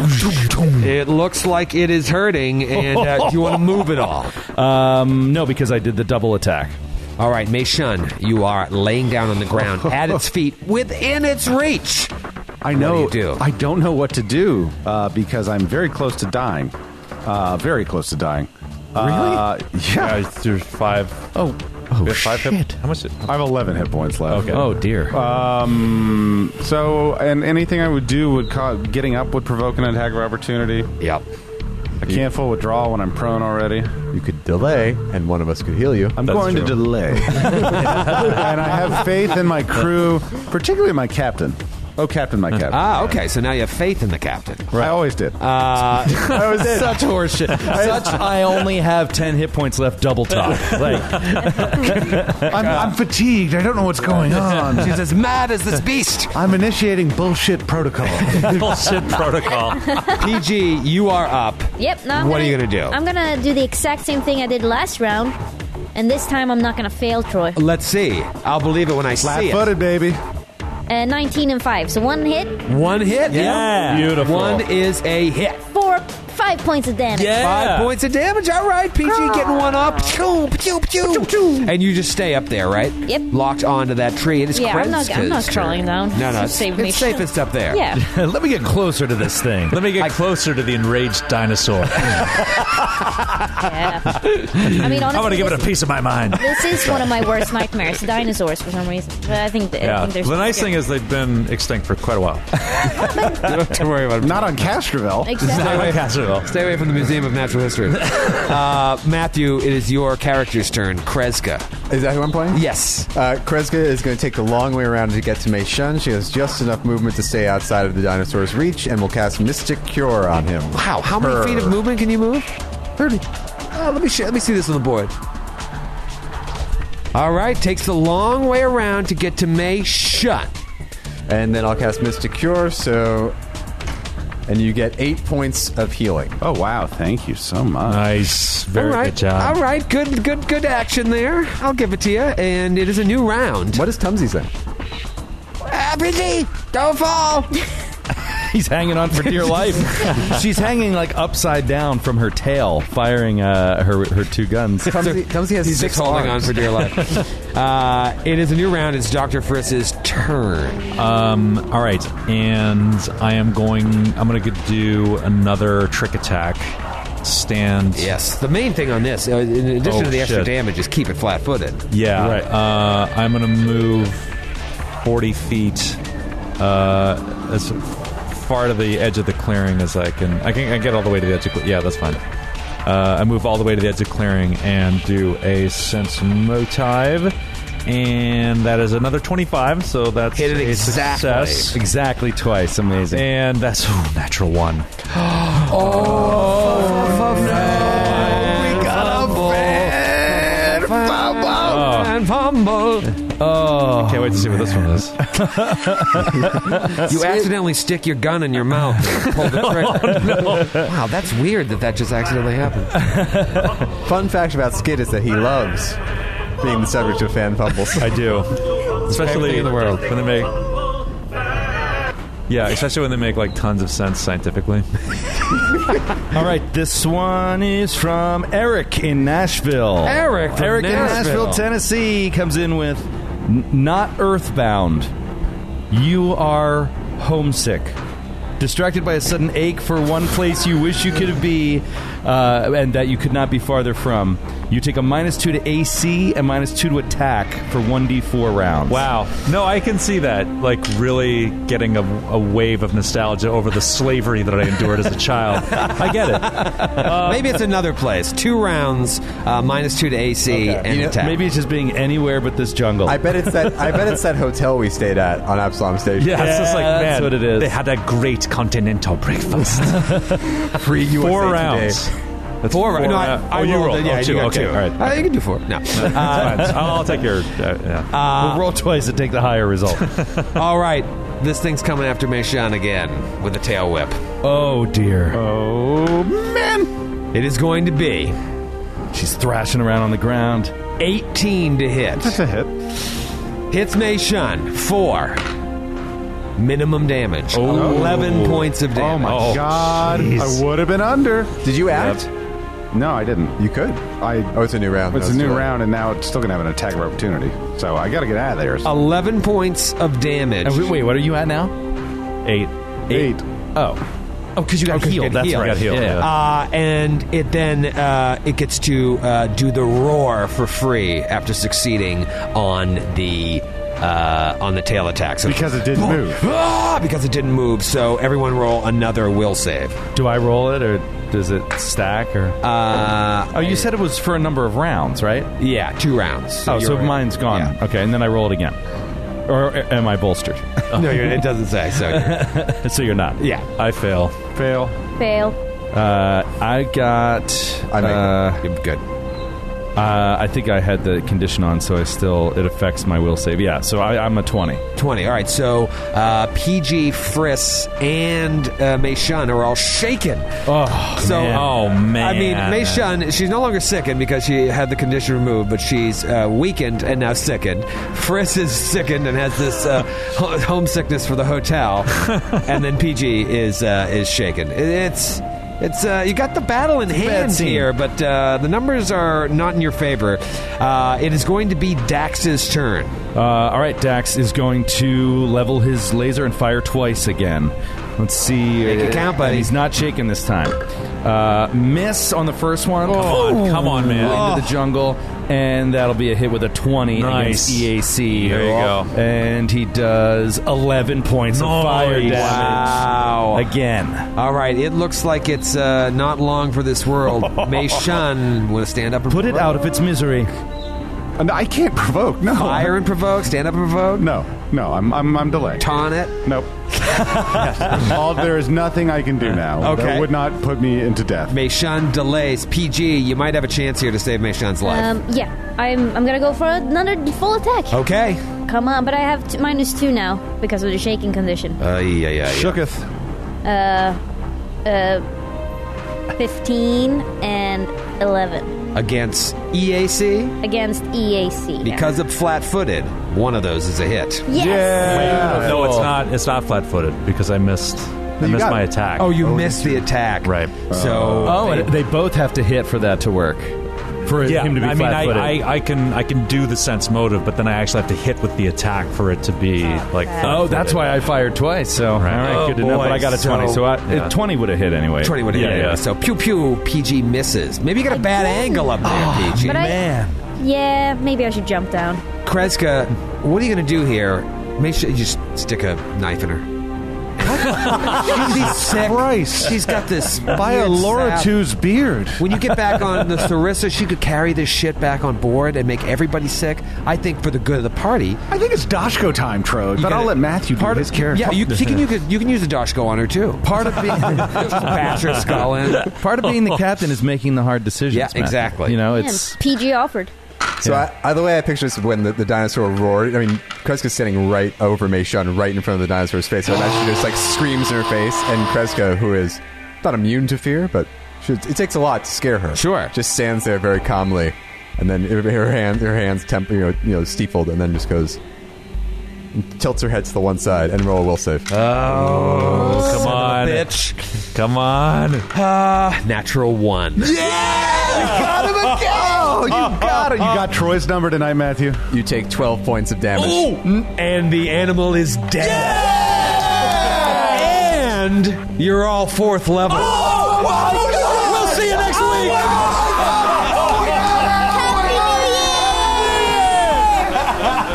S2: It looks like it is hurting, and uh, do you want to move it all?
S6: Um, no, because I did the double attack.
S2: All right, Mei Shun, you are laying down on the ground at its feet within its reach.
S5: I know.
S2: What do you do?
S5: I don't know what to do uh, because I'm very close to dying. Uh, very close to dying. Really? Uh, yeah.
S4: there's five.
S5: Oh.
S4: we have five Hit, how much? Is,
S5: I have 11 hit points left.
S4: Okay.
S6: Oh dear.
S5: Um. So, and anything I would do would cause getting up would provoke an attack of opportunity.
S2: Yep.
S5: I can't full withdrawal when I'm prone already.
S3: You could delay, and one of us could heal you.
S5: I'm going to delay. and I have faith in my crew, particularly my captain. Oh, captain, my captain.
S2: Ah, okay, so now you have faith in the captain.
S5: I always
S6: Uh,
S5: did.
S6: that was such horseshit. Such. I only have ten hit points left. Double top. Like
S5: I'm, I'm fatigued. I don't know what's going on.
S2: She's as mad as this beast.
S5: I'm initiating bullshit protocol.
S4: bullshit protocol.
S2: PG, you are up.
S8: Yep. No, I'm
S2: What are
S8: gonna-
S2: you gonna do?
S8: I'm gonna do the exact same thing I did last round, and this time I'm not gonna fail Troy.
S2: Let's see. I'll believe it when I see it.
S5: Flat-footed, baby.
S8: Uh, 19 and five, so one hit,
S2: One hit.
S6: Yeah.
S2: Beautiful. One is a hit.
S8: four Five points of damage.
S2: Five points of damage. All right, PG getting one up. Pchoo, pchoo, pchoo. And you just stay up there, right?
S8: Yep.
S2: Locked onto that tree. It is
S8: Yeah, I'm not- I'm not
S2: Krenzka's
S8: crawling
S2: turn.
S8: down.
S2: No, no. It's,
S8: Just save me.
S2: it's safest up there.
S8: Yeah.
S6: Let me get closer to this thing.
S4: Let me get closer to the enraged dinosaur.
S8: yeah. I mean, honestly,
S4: I'm going to give it a
S8: this,
S4: piece of my mind.
S8: this is one of my worst nightmares. Dinosaurs for some reason. But I think, that, I
S4: Yeah.
S8: think there's
S4: The nice thing is they've been extinct for quite a while.
S2: Don't worry about it.
S5: Not on Castroville.
S8: exactly.
S2: Stay away from the Museum of Natural History. uh, Matthew, it is your character's turn. Kreska.
S3: Is that who I'm playing?
S2: Yes.
S3: Uh, Kreska is going to take the long way around to get to Mei Shun. She has just enough movement to stay outside of the dinosaur's reach and will cast Mystic Cure on him.
S2: Wow. How many
S3: Her.
S2: feet of movement can you move? Thirty. Uh, let me sh- let me see this on the board. All right. Takes a long way around to get to May Shut.
S3: And then I'll cast Mystic Cure, so. And you get eight points of healing.
S5: Oh wow! Thank you so much.
S4: Nice. Very
S2: All right.
S4: good job.
S2: All right. Good good good action there. I'll give it to you. And it is a new round.
S3: What is Tumsy saying?
S2: Busy. Don't fall.
S6: He's hanging on for dear life. She's hanging like upside down from her tail, firing uh, her her two guns.
S3: Tumsy, Tumsy has
S2: He's
S3: six
S2: just holding
S3: arms.
S2: on for dear life. uh, it is a new round. It's Doctor Friss's turn.
S4: Um, all right, and I am going. I'm going to do another trick attack. Stand.
S2: Yes. The main thing on this, uh, in addition
S4: Oh,
S2: to the extra
S4: shit.
S2: damage, is keep it flat-footed.
S4: Yeah.
S6: Right.
S4: Uh, I'm going to move 40 feet uh, as far to the edge of the clearing as I can. I can I get all the way to the edge of clearing. Yeah, that's fine. Uh, I move all the way to the edge of clearing and do a sense motive. And that is another 25, so that's
S2: Hit it
S4: a
S2: exactly.
S4: success.
S6: exactly twice. Amazing.
S4: And that's oh, natural one.
S2: Oh, We got a bad fumble and fumble. Oh.
S4: Can't wait to see what this one is.
S2: You accidentally stick your gun in your mouth and pull the trigger. Wow, that's weird that that just accidentally happened.
S3: Fun fact about Skid is that he loves being the subject of fan fumbles.
S4: I do, especially
S2: in the world.
S4: when they make. Yeah, especially when they make like tons of sense scientifically.
S6: All right, this one is from Eric in Nashville.
S2: Eric from
S6: Eric in
S2: Nashville.
S6: Nashville, Tennessee comes in with "N- not earthbound. You are homesick. Distracted by a sudden ache for one place you wish you could be uh, and that you could not be farther from. You take a minus two to AC and minus two to attack for 1d4 rounds.
S4: Wow. No, I can see that. Like really getting a, a wave of nostalgia over the slavery that I endured as a child. I get it.
S2: Maybe it's another place. Two rounds, uh, minus two to AC, and
S3: You know,
S2: attack.
S6: Maybe it's just being anywhere but this jungle.
S3: I bet it's that. I bet it's that hotel we stayed at on Absalom Station.
S4: Yeah, it's just like
S6: that's
S4: man,
S6: what it is.
S4: They had a great continental breakfast.
S3: Free USA
S4: Four
S3: Today.
S4: rounds. That's
S2: Four rounds. No, I-
S4: rounds.
S2: I
S4: oh, you
S2: rolled
S4: rolled.
S2: it. Yeah,
S4: oh,
S2: you
S4: two.
S2: got
S4: okay,
S2: two.
S4: all right.
S2: Uh, you can do four. No.
S4: That's fine. I'll, I'll take your. Uh, yeah.
S6: we'll roll twice to take the higher result.
S2: All right, this thing's coming after Meshan again with a tail whip. Uh,
S6: oh dear.
S2: Oh. It is going to be
S6: She's thrashing around on the ground.
S2: 18 to hit. That's a hit. Hits Meishun, four. Minimum damage. 11 points of damage.
S5: Oh, God, I would have been under.
S3: Did you act?
S5: No, I didn't.
S3: You could.
S5: I.
S3: Oh, it's a new round.
S5: It's
S3: That's
S5: a new
S3: too late.
S5: round, and now it's still gonna have an attack of opportunity. So I got to get out of there.
S2: 11 points of damage.
S6: And Oh, wait, wait, what are you at now? Eight.
S5: Eight.
S6: Oh. Oh, because you got healed.
S2: you got
S6: That's
S2: healed.
S6: right.
S2: You got healed, Uh, and it then uh, it gets to uh, do the roar for free after succeeding on the uh, on the tail attack. So
S5: Because it didn't move.
S2: Ah, because it didn't move. So everyone roll another will save.
S6: Do I roll it or does it stack or?
S2: Uh,
S6: oh, you said it was for a number of rounds, right?
S2: yeah, two rounds.
S6: oh, so
S2: you're-
S6: mine's gone.
S2: yeah.
S6: Okay, and then I roll it again. Or a- am I bolstered?
S2: No, you're, it doesn't say. So you're-
S6: so you're not.
S2: Yeah.
S6: I fail.
S5: Fail.
S8: Fail.
S6: Uh, I got.
S3: I make
S6: uh,
S2: you're good.
S6: uh, I think I had the condition on, so I still it affects my will save. Yeah, so I, I'm a twenty.
S2: 20. All right, so uh, PG, Friss, and uh, Mei Shun are all shaken.
S6: Oh,
S2: So,
S6: man. oh man!
S2: I mean, Mei Shun, she's no longer sickened because she had the condition removed, but she's uh, weakened and now sickened. Friss is sickened and has this uh, ho- homesickness for the hotel, and then PG is uh, is shaken. It- It's It's uh, you got the battle in hand
S6: scene.
S2: here, but uh, the numbers are not in your favor. Uh, it is going to be Dax's turn.
S6: Uh, all right, Dax is going to level his laser and fire twice again. Let's see. uh,
S2: Make it count, buddy.
S6: and He's not shaking this time. Uh, miss on the first one. Come on,
S4: come on, man.
S6: Into the jungle, and that'll be a hit with a twenty
S4: Nice.
S6: against EAC.
S4: There you go.
S6: And he does eleven points of fire
S4: Nice.
S6: damage
S2: Wow.
S6: again.
S2: All right, it looks like it's uh, not long for this world. Mei Shun want to stand up and
S6: Put it
S2: provoke.
S6: out of its misery.
S5: And I can't provoke. No.
S2: Fire and provoke. Stand up and provoke.
S5: No. No. I'm. I'm. I'm delayed.
S2: Taunt it.
S5: Nope. All, there is nothing I can do now.
S2: Okay.
S5: That would not put me into death.
S2: Mei Shun delays. PG, you might have a chance here to save Mei Shun's life.
S8: Um, yeah, I'm, I'm gonna go for another full attack.
S2: okay.
S8: Come on, but I have t- minus two now because of the shaking condition.
S2: Uh, yeah, yeah, yeah.
S5: Shooketh.
S8: 15 and 11
S2: Against EAC,
S8: against E EAC.
S2: because of flat footed, one of those is a hit.
S8: Yes!
S4: No, it's not. It's not flat-footed because I missed. I
S5: you
S4: missed
S5: got
S4: my
S5: it.
S4: attack.
S2: Oh, you missed the attack.
S4: Right.
S2: So.
S6: Oh, and they both have to hit for that to work. For
S4: yeah.
S6: him to be
S4: I mean, I,
S6: flat-footed.
S4: I, I can I can do the sense motive, but then I actually have to hit with the attack for it to be like.
S6: Oh, that's why I fired twice. So
S4: Right.
S6: all right,
S4: Oh,
S6: good to know.
S4: boy.
S6: But I got a
S4: So-
S6: twenty, so, I, uh,
S4: Yeah.
S6: twenty would have hit anyway.
S2: 20 would hit
S6: Yeah,
S2: anyway.
S6: yeah.
S2: So pew pew, PG misses. Maybe you got a bad
S8: Again.
S2: angle up there, PG.
S8: Oh, But I, yeah, maybe I should jump down.
S2: Kreska, what are you going to do here? Make sure you just stick a knife in her. She's sick.
S5: Christ.
S2: She's got this
S5: By a
S2: weird
S5: Laura
S2: sap.
S5: Two's beard.
S2: When you get back on the Sarissa, she could carry this shit back on board and make everybody sick. I think for the good of the party.
S5: I think it's Doshko time, Trode.
S2: you
S5: But
S2: gotta-
S5: I'll let Matthew do his character.
S2: Yeah, you, she can, you, can, you can use the Doshko on her too. Part of being bash her skull in.
S6: part of being the captain is making the hard decisions.
S2: Yeah,
S6: Matt.
S2: exactly.
S6: You know,
S8: Yeah,
S6: it's
S8: PG offered.
S3: So I, I, the way I picture this is when the, the dinosaur roared. I mean, Kreska's standing right over Mei Shun, right in front of the dinosaur's face. So I imagine she just like screams in her face, and Kreska, who is not immune to fear, but she, it takes a lot to scare her.
S2: Sure.
S3: just stands there very calmly, and then her her hand, her hands, temp, you know, you know, steepled, and then just goes. Tilts her head to the one side and roll a will save.
S4: come on,
S2: Bitch.
S4: come on.
S2: Uh, natural one.
S5: Oh, you got it. You got Troy's number tonight, Matthew.
S3: you take 12 points of damage.
S2: Mm, And the animal is dead. And you're all fourth level. We'll see you next week.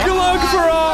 S2: Good luck for all.